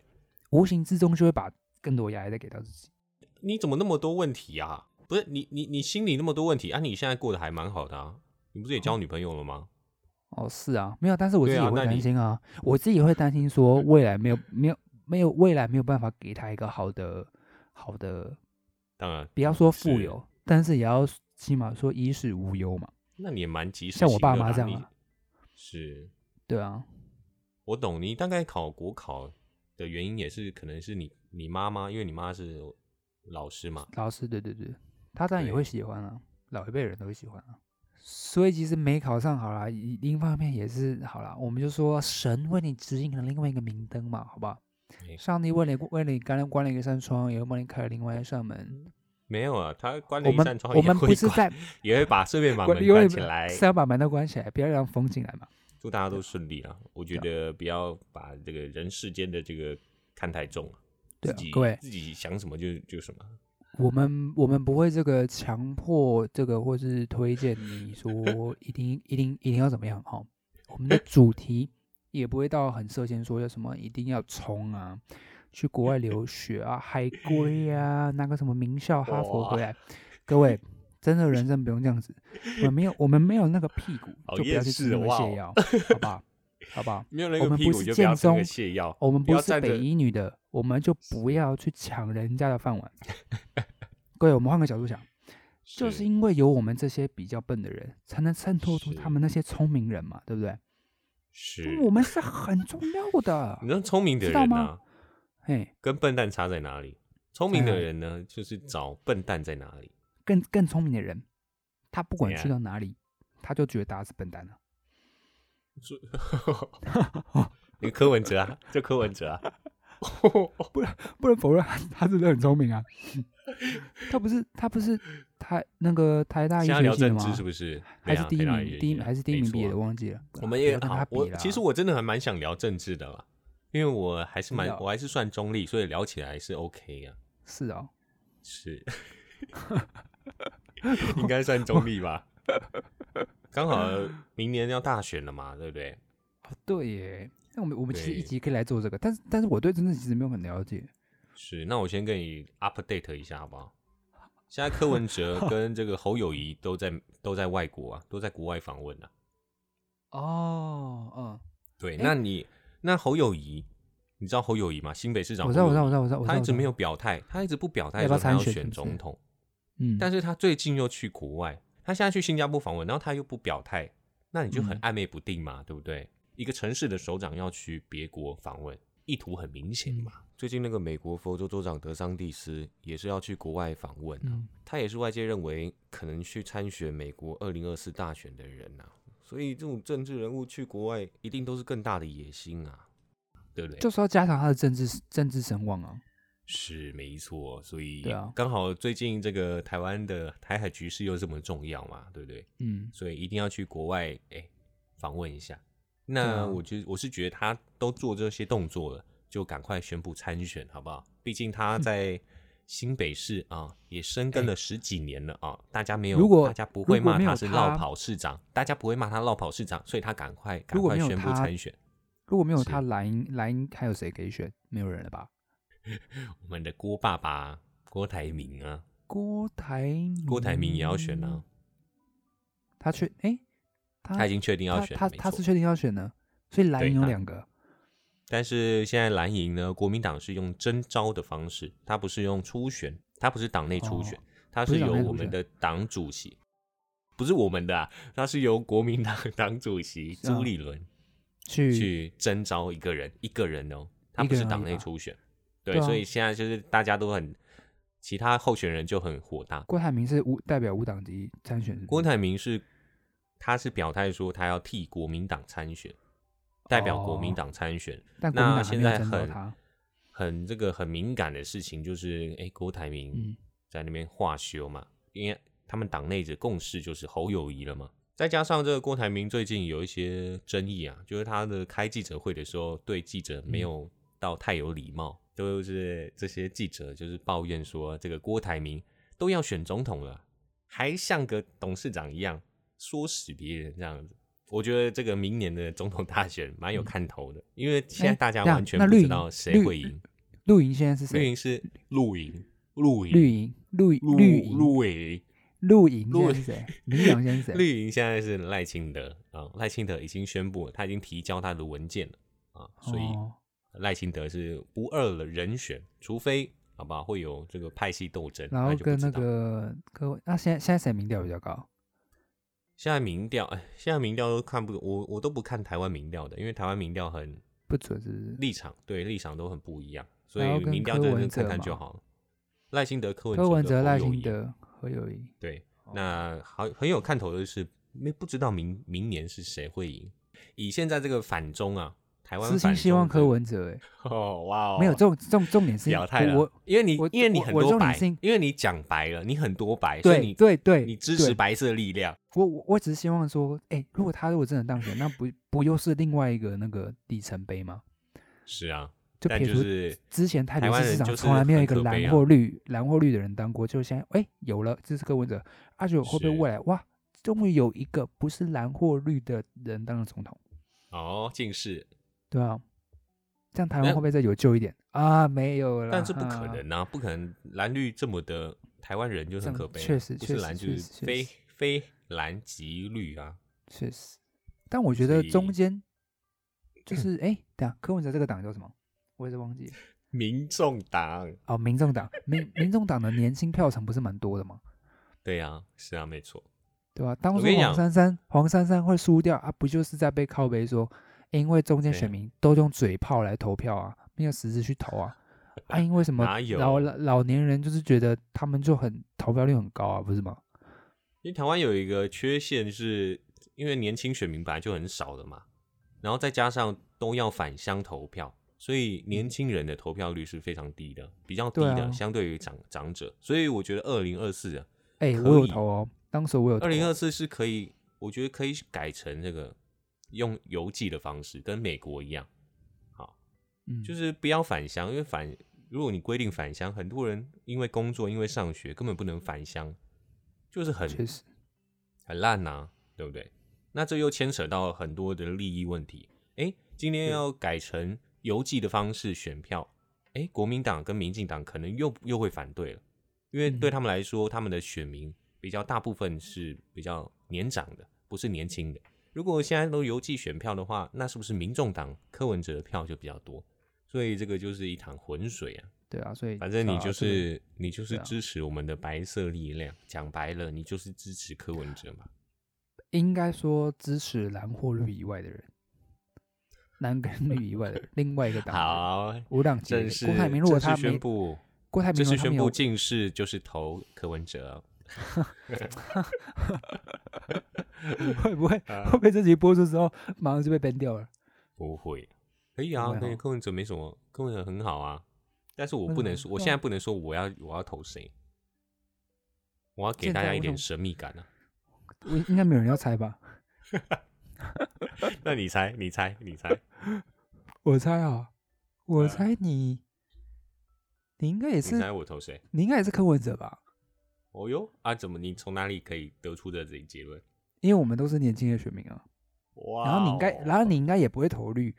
S3: 无形之中就会把更多压力再给到自己。
S2: 你怎么那么多问题啊？不是你你你心里那么多问题啊？你现在过得还蛮好的啊？你不是也交女朋友了吗？
S3: 哦，是啊，没有，但是我自
S2: 对
S3: 己
S2: 啊
S3: 也会
S2: 那
S3: 担
S2: 你
S3: 心啊，我自己会担心说未来没有没有没有未来没有办法给他一个好的好的，
S2: 当然，
S3: 不要说富
S2: 是
S3: 有，但是也要起码说衣食无忧嘛，
S2: 那你也蛮及时
S3: 像我
S2: 行
S3: 爸
S2: 乐
S3: 妈
S2: 啦
S3: 这样
S2: 你
S3: 啊
S2: 是
S3: 对啊，
S2: 我懂你大概考国考的原因也是可能是你你妈妈，因为你妈是老师嘛，
S3: 老师，对对对，他当然也
S2: 对
S3: 会喜欢啊，老一辈人都会喜欢啊，所以其实没考上好啦，一另一方面也是好啦，我们就说神为你指引了另外一个明灯嘛，好吧
S2: 没，
S3: 上帝为你为你关关了一扇窗，也会帮你开了另外一扇门。
S2: 没有啊，他关了
S3: 我
S2: 一
S3: 们
S2: 扇窗
S3: 我
S2: 也
S3: 们
S2: 会
S3: 不是
S2: 关
S3: 在
S2: 也会把顺 便把
S3: 关
S2: 门
S3: 因为
S2: 关起来。
S3: 是要把门都关起来，不要让风进来嘛。
S2: 祝大家都顺利啦！我觉得不要把这个人世间的这个看太重了，
S3: 对
S2: 自
S3: 啊
S2: 己
S3: 各位
S2: 自己想什么就就什么。
S3: 我们我们不会这个强迫这个，或是推荐你 说一定一定一定要怎么样哈、哦。我们的主题也不会到很涉嫌说有什么一定要冲啊，去国 外留学啊，海归啊，拿个什么名校哈佛
S2: 哇
S3: 回来。各 位，真的人生不用这样子，我们没有我们没有那个屁股，
S2: 好
S3: 就不要
S2: 厌
S3: 去吃
S2: 世
S3: 那
S2: 哦
S3: 个
S2: 哇
S3: 泻
S2: 哦
S3: 药，好不好？好不好？
S2: 没有那
S3: 我
S2: 个
S3: 们
S2: 屁
S3: 不
S2: 股
S3: 是
S2: 就
S3: 哦
S2: 不要
S3: 剑
S2: 吃那
S3: 宗
S2: 个泻药。
S3: 我们
S2: 不
S3: 不
S2: 要
S3: 是
S2: 站着
S3: 北医女的，我们就不要去抢人家的 饭碗。各位，我们换个角度想，就是因为有我们这些比较笨的人，才能衬托出他
S2: 是
S3: 们那些聪明人嘛，对不对？
S2: 是，
S3: 我们是很重要的
S2: 你。知道聪明的
S3: 知道
S2: 人呢、啊
S3: 吗嘿，
S2: 跟笨蛋差在哪里？聪明
S3: 在
S2: 的
S3: 哪里
S2: 人呢，就是找笨蛋在哪里。
S3: 更更聪明的人，他不管
S2: 怎
S3: 去
S2: 样
S3: 到哪里，他就觉得大家是笨蛋 了。
S2: 你柯文哲啊，就柯文哲啊，
S3: 不能否认他， 他真的很聪 明啊。他不是他不是台那个台 大医
S2: 现在
S3: 学
S2: 聊
S3: 系的
S2: 政
S3: 吗？
S2: 治是不是？
S3: 还
S2: 对
S3: 是
S2: 啊
S3: 第一
S2: 台大
S3: 名，
S2: 医
S3: 第
S2: 学
S3: 一名
S2: 系
S3: 还是第一名
S2: 没
S3: 毕业
S2: 错
S3: 的，
S2: 啊
S3: 我忘记了。
S2: 我们
S3: 不
S2: 也
S3: 要跟
S2: 好
S3: 他，
S2: 我
S3: 比啦
S2: 其实我真的还蛮想聊政治的啦，因为我还是蛮
S3: 真的哦
S2: 我还是算中立，所以聊起来是 OK 啊，
S3: 是哦，
S2: 是，应该算中立 吧。刚好明年要大选了嘛，对不对？
S3: 哦对耶，那我们我们其实一
S2: 对
S3: 集可以来做这个，但是但是我对政治其实没有很了解。
S2: 是，那我先跟你 update 一下好不好？ 现在柯文哲跟这个侯友谊都在都在外国啊，都在国外访问啊。
S3: 哦，嗯，
S2: 对，
S3: 诶
S2: 那你那侯友谊，你知道侯友谊吗？新北市长侯
S3: 我知
S2: 友
S3: 道，
S2: 宜，
S3: 我知道，我知道，我知道，我知道
S2: 他一直没，
S3: 我
S2: 有
S3: 知
S2: 表态，他一直不表态
S3: 要不
S2: 说
S3: 要
S2: 他要
S3: 参选
S2: 选
S3: 是不
S2: 总
S3: 是
S2: 统，
S3: 道嗯，
S2: 但是他最近又去国外，他现在去新加坡访问，然后他又不表态，那你就很
S3: 嗯
S2: 暧昧不定嘛，对不对？一个城市的首长要去别国访问，意图很明显嘛。嗯最近那个美国佛州州长德桑蒂斯也是要去国外访问啊，
S3: 嗯
S2: 他也是外界认为可能去参选美国二零二四大选的人呐、啊所以这种政治人物去国外一定都是更大的野心啊，对不对？
S3: 就是要加强他的政治政治声望啊，
S2: 是没错，所以
S3: 对啊
S2: 刚好最近这个台湾的台海局势又这么重要嘛，对不对？
S3: 嗯，
S2: 所以一定要去国外哎访、问一下。
S3: 对
S2: 那
S3: 啊
S2: 我觉得我是觉得他都做这些动作了，就赶快宣布参选好不好？毕竟
S3: 嗯
S2: 他在新北市啊也深耕了十几年了啊，大家没有，
S3: 如果
S2: 大家不会
S3: 如果
S2: 骂
S3: 没有
S2: 他是
S3: 他
S2: 落跑市长，大家不会骂他落跑市长，所以他赶快赶
S3: 如果
S2: 快
S3: 没有
S2: 宣布
S3: 他
S2: 参选。
S3: 如果没有
S2: 是
S3: 他，蓝鹰蓝鹰还有谁可以选？没有人了吧？
S2: 我们的郭爸爸郭台铭啊，
S3: 郭台
S2: 郭台铭也要选
S3: 嗯
S2: 啊，，
S3: 他确哎，他
S2: 他已经确定要选了，
S3: 他
S2: 没
S3: 他他
S2: 错
S3: 是确定要选呢，所以蓝
S2: 对
S3: 营有
S2: 他
S3: 两个，
S2: 但是现在蓝营呢，国民党是用征召的方式，它不是用初选，它不是党内初选，
S3: 哦
S2: 它
S3: 不
S2: 是
S3: 是党
S2: 由
S3: 内初
S2: 我们的党主席，不是我们的、啊，它是由国民党党主席
S3: 是啊
S2: 朱立伦
S3: 去
S2: 去征召一个人，一个人哦，他
S3: 一
S2: 不
S3: 个
S2: 是
S3: 人而已
S2: 党内
S3: 吧
S2: 初选，对，
S3: 对啊
S2: 所以现在就是大家都很，其他候选人就很火大，
S3: 郭台铭是无代表无党籍参选是不是，
S2: 郭台铭是，他是表态说他要替国民党参选，代表国民
S3: 哦
S2: 党参选。
S3: 但国民
S2: 那
S3: 党还
S2: 现
S3: 没有
S2: 在
S3: 征召
S2: 很
S3: 他，
S2: 很这个很敏感的事情就是，哎、郭台铭
S3: 嗯，
S2: 在那边化修嘛，因为他们党内的共识就是侯友谊了嘛。再加上这个郭台铭最近有一些争议啊，就是他的开记者会的时候对记者
S3: 嗯
S2: 没有到太有礼貌，都是这些记者就是抱怨说，这个郭台铭都要选总统了，还像个董事长一样唆使别人这样子。我觉得这个明年的总统大选蛮有看头的，因为现在
S3: 哎
S2: 大家
S3: 等一下
S2: 完全
S3: 那
S2: 不知
S3: 绿
S2: 道
S3: 营
S2: 谁
S3: 绿
S2: 会赢。
S3: 绿营现在是
S2: 绿
S3: 谁？
S2: 营是露营，露营，
S3: 绿营绿
S2: 露
S3: 绿营
S2: 露营，
S3: 绿营
S2: 陆
S3: 现在是谁？民党现在是谁？
S2: 绿营现在是赖清德啊、赖清德已经宣布了，他已经提交他的文件了啊、所以
S3: 哦
S2: 赖清德是不二了人选，除非好吧会有这个派系斗争，
S3: 然后
S2: 就不
S3: 跟那
S2: 知道。
S3: 个各位，那、现在现在谁民调比较高？
S2: 现在民调，哎，现在民调都看不，我我都不看台湾民调的，因为台湾民调很
S3: 不准是不是？
S2: 立场，对立场都很不一样，所
S3: 然后
S2: 以
S3: 跟
S2: 民调
S3: 柯
S2: 真的是看
S3: 文哲
S2: 看
S3: 嘛
S2: 就好了。赖清德、柯文
S3: 柯文
S2: 哲
S3: 哲、
S2: 跟
S3: 赖
S2: 侯友
S3: 清
S2: 宜
S3: 德、何友谊，
S2: 对
S3: 哦，
S2: 那好很有看头的是，没不知道明明年是谁会赢。以现在这个反中啊，台湾
S3: 私
S2: 反
S3: 心希
S2: 中
S3: 望
S2: 的
S3: 柯文哲、欸，
S2: 哦哇哦，
S3: 没有重重重点是
S2: 表态了，
S3: 我
S2: 因为你
S3: 我
S2: 因为你
S3: 我
S2: 很
S3: 我
S2: 多
S3: 重点
S2: 白
S3: 是因，
S2: 因为你讲白了，你很多白，所以
S3: 对
S2: 你
S3: 对对，
S2: 你支持
S3: 对
S2: 白色力量，
S3: 我我我只是希望说，哎、如果他如果真的当选，那不不又是另外一个那个里程碑吗？
S2: 是啊，
S3: 就
S2: 但
S3: 撇
S2: 就
S3: 除
S2: 是
S3: 之前台
S2: 台
S3: 北
S2: 湾
S3: 市市
S2: 人就
S3: 长
S2: 是
S3: 从来没有
S2: 很
S3: 一个
S2: 可悲
S3: 蓝
S2: 啊
S3: 或绿、蓝或绿的人当过，就现在哎、有了，这是柯文哲，而且会不
S2: 是
S3: 会未来哇，终于有一个不是蓝或绿的人当了总统？
S2: 哦，近视，
S3: 对啊，这样台湾
S2: 那
S3: 会不会再有救一点啊？没有了，
S2: 但是不可
S3: 哈
S2: 能啊，不可能蓝绿这么的，台湾人就
S3: 这
S2: 很
S3: 样
S2: 可悲啊，
S3: 确实
S2: 不
S3: 确
S2: 是
S3: 实
S2: 蓝就
S3: 确
S2: 是
S3: 实确
S2: 非
S3: 实
S2: 非蓝即绿啊，
S3: 确实，但我觉
S2: 所
S3: 得
S2: 以
S3: 中间就是 哎、等一下柯文哲这个党叫什么？我也是忘记了
S2: 民众党，
S3: 哦，民众党，民民众党的年轻票层不是蛮多的吗？对
S2: 对啊，是啊，没错。
S3: 对吧、当
S2: 我
S3: 初
S2: 跟你
S3: 黄
S2: 讲
S3: 珊珊黄珊珊会输掉啊，不就是在被靠背说，因为中间
S2: 对啊
S3: 选民都用嘴炮来投票啊，没有实质去 投啊，啊，因为什么
S2: 哪有
S3: 老老老年人就是觉得他们就很投票率很高啊，不是吗？
S2: 因为台湾有一个缺陷是，因为年轻选民本来就很少了嘛，然后再加上都要返乡投票，所以年轻人的投票率是非常低的，比较低
S3: 对
S2: 的，
S3: 啊
S2: 相对于长长者。所以我觉得二零二四啊，
S3: 哎、
S2: 可
S3: 我有
S2: 以
S3: 投哦，当时我有投
S2: 二
S3: 哦，
S2: 零二四是可以，我觉得可以改成这个用邮寄的方式，跟美国一样，
S3: 嗯，
S2: 就是不要返乡，因为返如果你规定返乡，很多人因为工作、因为上学根本不能返乡，就是很
S3: 确实，
S2: 很烂呐、对不对？那这又牵扯到很多的利益问题。诶，今天要改成邮寄的方式选票，诶，国民党跟民进党可能又又会反对了，因为
S3: 嗯
S2: 对他们来说，他们的选民比较大部分是比较年长的，不是年轻的。如果现在都邮寄选票的话，那是不是民众党柯文哲的票就比较多？所以这个就是一潭浑水啊！
S3: 对啊，所以
S2: 反正你
S3: 啊
S2: 就
S3: 这个
S2: 是你就是
S3: 对啊
S2: 支持我们的白色力量，讲白了，你就是支持柯文哲嘛。
S3: 应该说支持蓝或绿以外的人，蓝跟绿以 外的人，另外一个党的人
S2: 好，
S3: 无党籍
S2: 正
S3: 的人。
S2: 式
S3: 郭台铭如果
S2: 正式
S3: 他没
S2: 宣布，
S3: 郭台
S2: 正
S3: 铭如果
S2: 式
S3: 他
S2: 宣
S3: 没有
S2: 布近视就是投柯文哲。
S3: 会不会
S2: 啊
S3: 会不会这集播出之后马上就被 ban 掉了？
S2: 不会，可以啊
S3: 不，会
S2: 那
S3: 哦
S2: 柯文哲没什么，柯文哲很好啊。但是我
S3: 为
S2: 不
S3: 什
S2: 能
S3: 么
S2: 说，我
S3: 对啊
S2: 现在不能说我要我要投谁，我要给
S3: 现
S2: 大
S3: 在
S2: 家一
S3: 为什
S2: 点
S3: 么
S2: 神秘感啊。
S3: 我应该没有人要猜吧？
S2: 那你猜，你猜，你猜，
S3: 我猜啊，我
S2: 呃
S3: 猜你，你应该也
S2: 你
S3: 是，
S2: 猜我投谁？
S3: 你应该也是柯文哲吧？
S2: 哦哟啊，怎么你从哪里可以得出的这一结论？
S3: 因为我们都是年轻的选民啊。
S2: 哇哦
S3: 然后你应该，然
S2: 后
S3: 后你应该也不会投绿，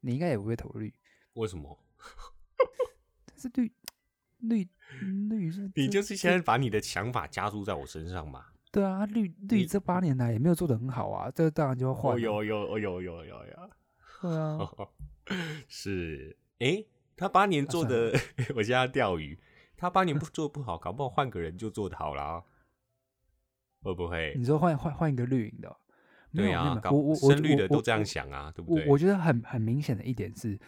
S3: 你应该也不会投绿，
S2: 为什么？
S3: 但是绿绿绿是
S2: 你
S3: 这
S2: 就是现在把你的想法加注在我身上嘛？
S3: 对啊，绿
S2: 你
S3: 绿这八年来也没有做的很好啊，这当然就要换
S2: 哦
S3: 啊。
S2: 哟哟哦哟哟哟哟。
S3: 对啊，
S2: 哦是，诶，他八年
S3: 啊
S2: 做
S3: 算
S2: 的， 我现在要钓鱼，他八年不做不好，搞不好换个人就做得好啦，会不会
S3: 你？说换换换一个绿营的哦，没
S2: 对
S3: 嗯有没有
S2: 啊
S3: 没，
S2: 搞
S3: 有，我我我
S2: 深绿的都
S3: 我
S2: 这样
S3: 我
S2: 想啊，对不
S3: 我
S2: 对？哎
S3: 我觉得很很明显的一点是，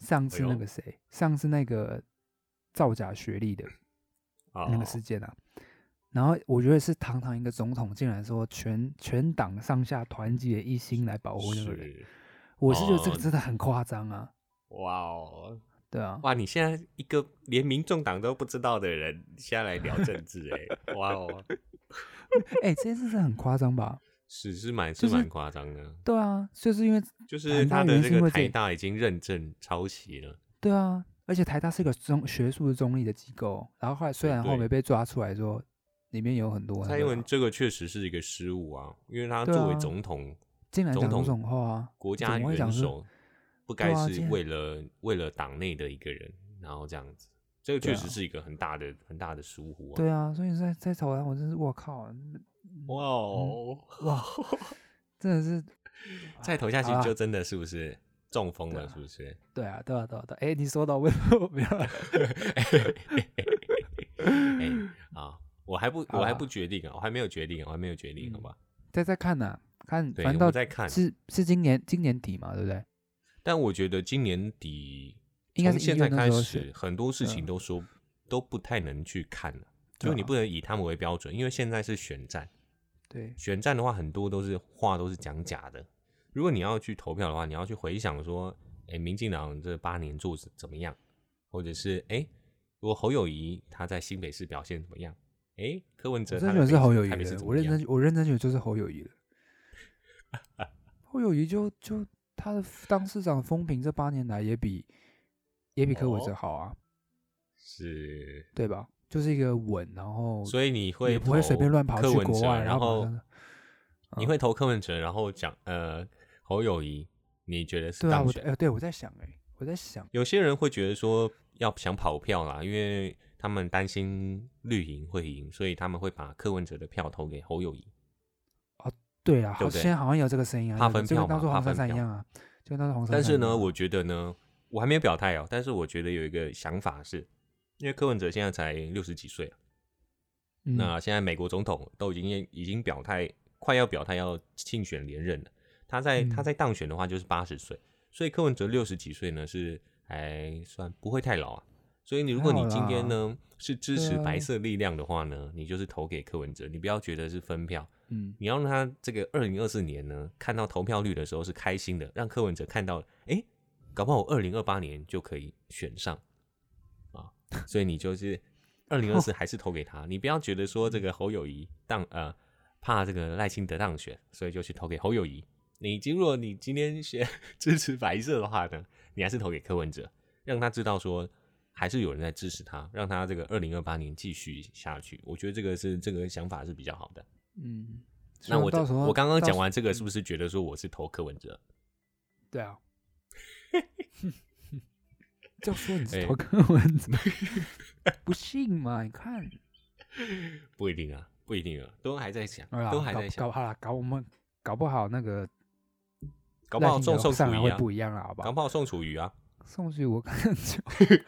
S3: 上次那
S2: 呦
S3: 个谁，上次那个造假学 历的
S2: 啊
S3: 那个事件啊，然后我觉得是堂堂一个总统，竟然说全全党上下团结一心来保护那个人，
S2: 是
S3: 我是觉得这个
S2: 哦
S3: 真的很夸张啊，
S2: 哇哦，
S3: 对啊，
S2: 哇！你现在一个连民众党都不知道的人，现在来聊政 治、哎，哇哦，
S3: 哎、这件事是很夸张吧？
S2: 是是蛮
S3: 就是是
S2: 蛮夸张的，
S3: 对啊，就是因为
S2: 就是他
S3: 很大
S2: 的
S3: 原因
S2: 这
S3: 是因
S2: 个
S3: 为这
S2: 台大已经认证抄袭了，
S3: 对啊，而且台大是一个中学术的中立的机构，然后后来虽
S2: 对
S3: 然后
S2: 哎对
S3: 面被抓出来说里面有很多那
S2: 蔡英
S3: 个
S2: 文这个确实是一个失误啊，因为他
S3: 对
S2: 作为
S3: 啊
S2: 总统，
S3: 竟然
S2: 总
S3: 讲出
S2: 统
S3: 这种话啊，
S2: 国
S3: 怎
S2: 家
S3: 么会讲
S2: 元
S3: 是
S2: 首，不该
S3: 对啊
S2: 是
S3: 竟然
S2: 为了为了党内的一个人，然后这样子，这个
S3: 对
S2: 确
S3: 啊
S2: 实是一个很大的很大的疏忽啊。
S3: 对啊，所以在在台湾我真是我靠，
S2: 哇哦，
S3: 哇， 真的是
S2: 再投下去
S3: 嗯好啦
S2: 就真的是不是中风
S3: 对
S2: 了？
S3: 啊
S2: 是不是？
S3: 对啊，对啊，对啊，对啊，哎，你说到为什么不 要？
S2: 哎啊，我还不我
S3: 好
S2: 还
S3: 啦
S2: 不决定啊，我还没有决定啊，我还没有决定，
S3: 嗯
S2: 好吧？
S3: 再再看呐，看，
S2: 对，
S3: 反
S2: 我
S3: 正到
S2: 们再看。
S3: 是是今年今年底嘛，对不对？
S2: 但我觉得今年底，
S3: 应该是
S2: 从现
S3: 1
S2: 在
S3: 月那
S2: 开
S3: 时候
S2: 始，
S3: 选
S2: 很多事情
S3: 嗯
S2: 都说都不太能去看了，就
S3: 对
S2: 是你
S3: 啊
S2: 不能以他们为标准，因为现在是选战。
S3: 对，
S2: 选战的话，很多都是话都是讲假的。如果你要去投票的话，你要去回想说，哎、民进党这八年做得怎么样，或者是哎、诶如果侯友谊他在新北市表现怎么样，哎、柯文
S3: 我
S2: 哲
S3: 真
S2: 他
S3: 的觉得是侯友谊
S2: 台北市
S3: 的，
S2: 怎
S3: 我
S2: 么
S3: 认
S2: 样？
S3: 真我认真觉得就是侯 友谊的。侯友谊就就他的当市长的风评，这八年来也比也比柯文哲
S2: 哦
S3: 好啊，
S2: 是，
S3: 对吧？就是一个稳，然后
S2: 所以你会
S3: 也不会随便
S2: 投
S3: 乱跑
S2: 柯
S3: 去
S2: 文
S3: 国
S2: 哲
S3: 外，
S2: 然
S3: 后
S2: 后
S3: 马上
S2: 你
S3: 嗯
S2: 会投柯文哲，然后讲呃侯友谊，你觉得是
S3: 对啊，
S2: 当
S3: 我
S2: 选？
S3: 哎对我在想哎，我在想，
S2: 有些人会觉得说要想跑票啦，因为他们担心绿营会赢，所以他们会把柯文哲的票投给侯友谊。
S3: 对
S2: 对
S3: 啊，好，
S2: 不对
S3: 现在好像有这个声音啊，
S2: 怕
S3: 有
S2: 分
S3: 就跟
S2: 票
S3: 当
S2: 嘛
S3: 初
S2: 怕
S3: 黄珊
S2: 分
S3: 珊一
S2: 票
S3: 样啊，就跟当初黄珊珊一样啊。
S2: 但是呢，我觉得呢，我还没有表态哦、但是我觉得有一个想法是，因为柯文哲现在才六十几岁啊、
S3: 嗯
S2: 那现在美国总统都已经已经表态，快要表态要竞选连任了。他在、
S3: 嗯
S2: 他在当选的话就是八十岁，所以柯文哲六十几岁呢是还算不会太老啊。所以你如果你
S3: 还好
S2: 今
S3: 啦
S2: 天呢是支持
S3: 对啊
S2: 白色力量的话呢，你就是投给柯文哲，你不要觉得是分票，
S3: 嗯，
S2: 你要让他这个二零二四年呢，看到投票率的时候是开心的，让柯文哲看到，哎、搞不好我二零二八年就可以选上啊，所以你就是二零二四还是投给他，你不要觉得说这个侯友谊当呃怕这个赖清德当选，所以就去投给侯友谊。你如果你今天选 支持白色的话呢，你还是投给柯文哲，让他知道说还是有人在支持他，让他这个二零二八年继续下去。我觉得这个是这个想法是比较好的。
S3: 嗯，希
S2: 那
S3: 望
S2: 我
S3: 到
S2: 这
S3: 时候
S2: 我刚刚
S3: 到
S2: 讲
S3: 时嗯
S2: 完这个，是不是觉得说我是投柯文哲？
S3: 对啊，就说你
S2: 哎
S3: 是投柯文 哲，不信嘛？你看，
S2: 不一定啊，不一定啊，都还在想，
S3: 好啦
S2: 都还
S3: 哎搞
S2: 在想。
S3: 搞好了，搞我们搞不好那个
S2: 搞不好
S3: 赖清
S2: 送
S3: 德
S2: 宋
S3: 上
S2: 楚
S3: 来
S2: 瑜
S3: 会
S2: 啊，
S3: 不一样了，好不
S2: 搞
S3: 好？
S2: 不好送楚瑜啊，
S3: 宋楚瑜我看很久，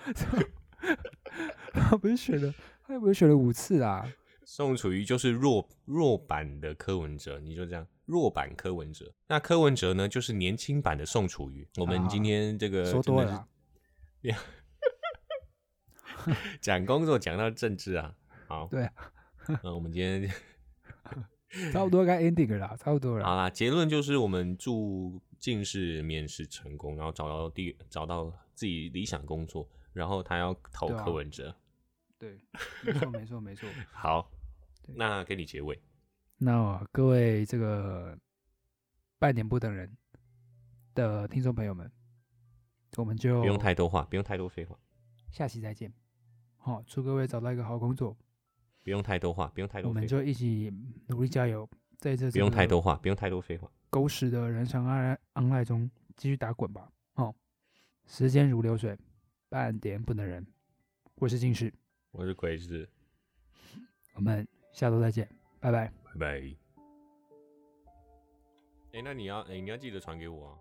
S3: 他不是选了，他也不是选了五次啦，
S2: 宋楚瑜就是弱弱版的柯文哲，你就这样弱版柯文哲。那柯文哲呢，就是年轻版的宋楚瑜。我们
S3: 啊
S2: 今天这个
S3: 说
S2: 真
S3: 多
S2: 的
S3: 了啊
S2: 是
S3: 啦。
S2: 讲工作讲到政治啊，好，
S3: 对，
S2: 那我们今天
S3: 差不多该 ending 了啦，差不多了
S2: 好
S3: 啦。
S2: 啦，结论就是我们祝近视面试成功，然后找到第找到自己理想工作，然后他要投
S3: 对啊
S2: 柯文哲。
S3: 对，没错，没错，没错。
S2: 好，
S3: 对哦
S2: 那给你结尾，
S3: 那我各位这个半年不等人的听众朋友们，我们就
S2: 不用太多话，不用太多废话，
S3: 下期再见。好、祝各位找到一个好工作，
S2: 不用太多话，不用太
S3: 我
S2: 多
S3: 们
S2: 废话，
S3: 就一起努力加油，在这
S2: 不用
S3: 这个
S2: 太多话，不用太多废话。
S3: 狗屎的人生爱恩爱中继续打滚吧。哦，时间如流水，半点不等人。我是近视，
S2: 我是鬼子，
S3: 我们下周再见，拜拜。
S2: 拜拜。哎、那你要哎、你要记得传给我啊。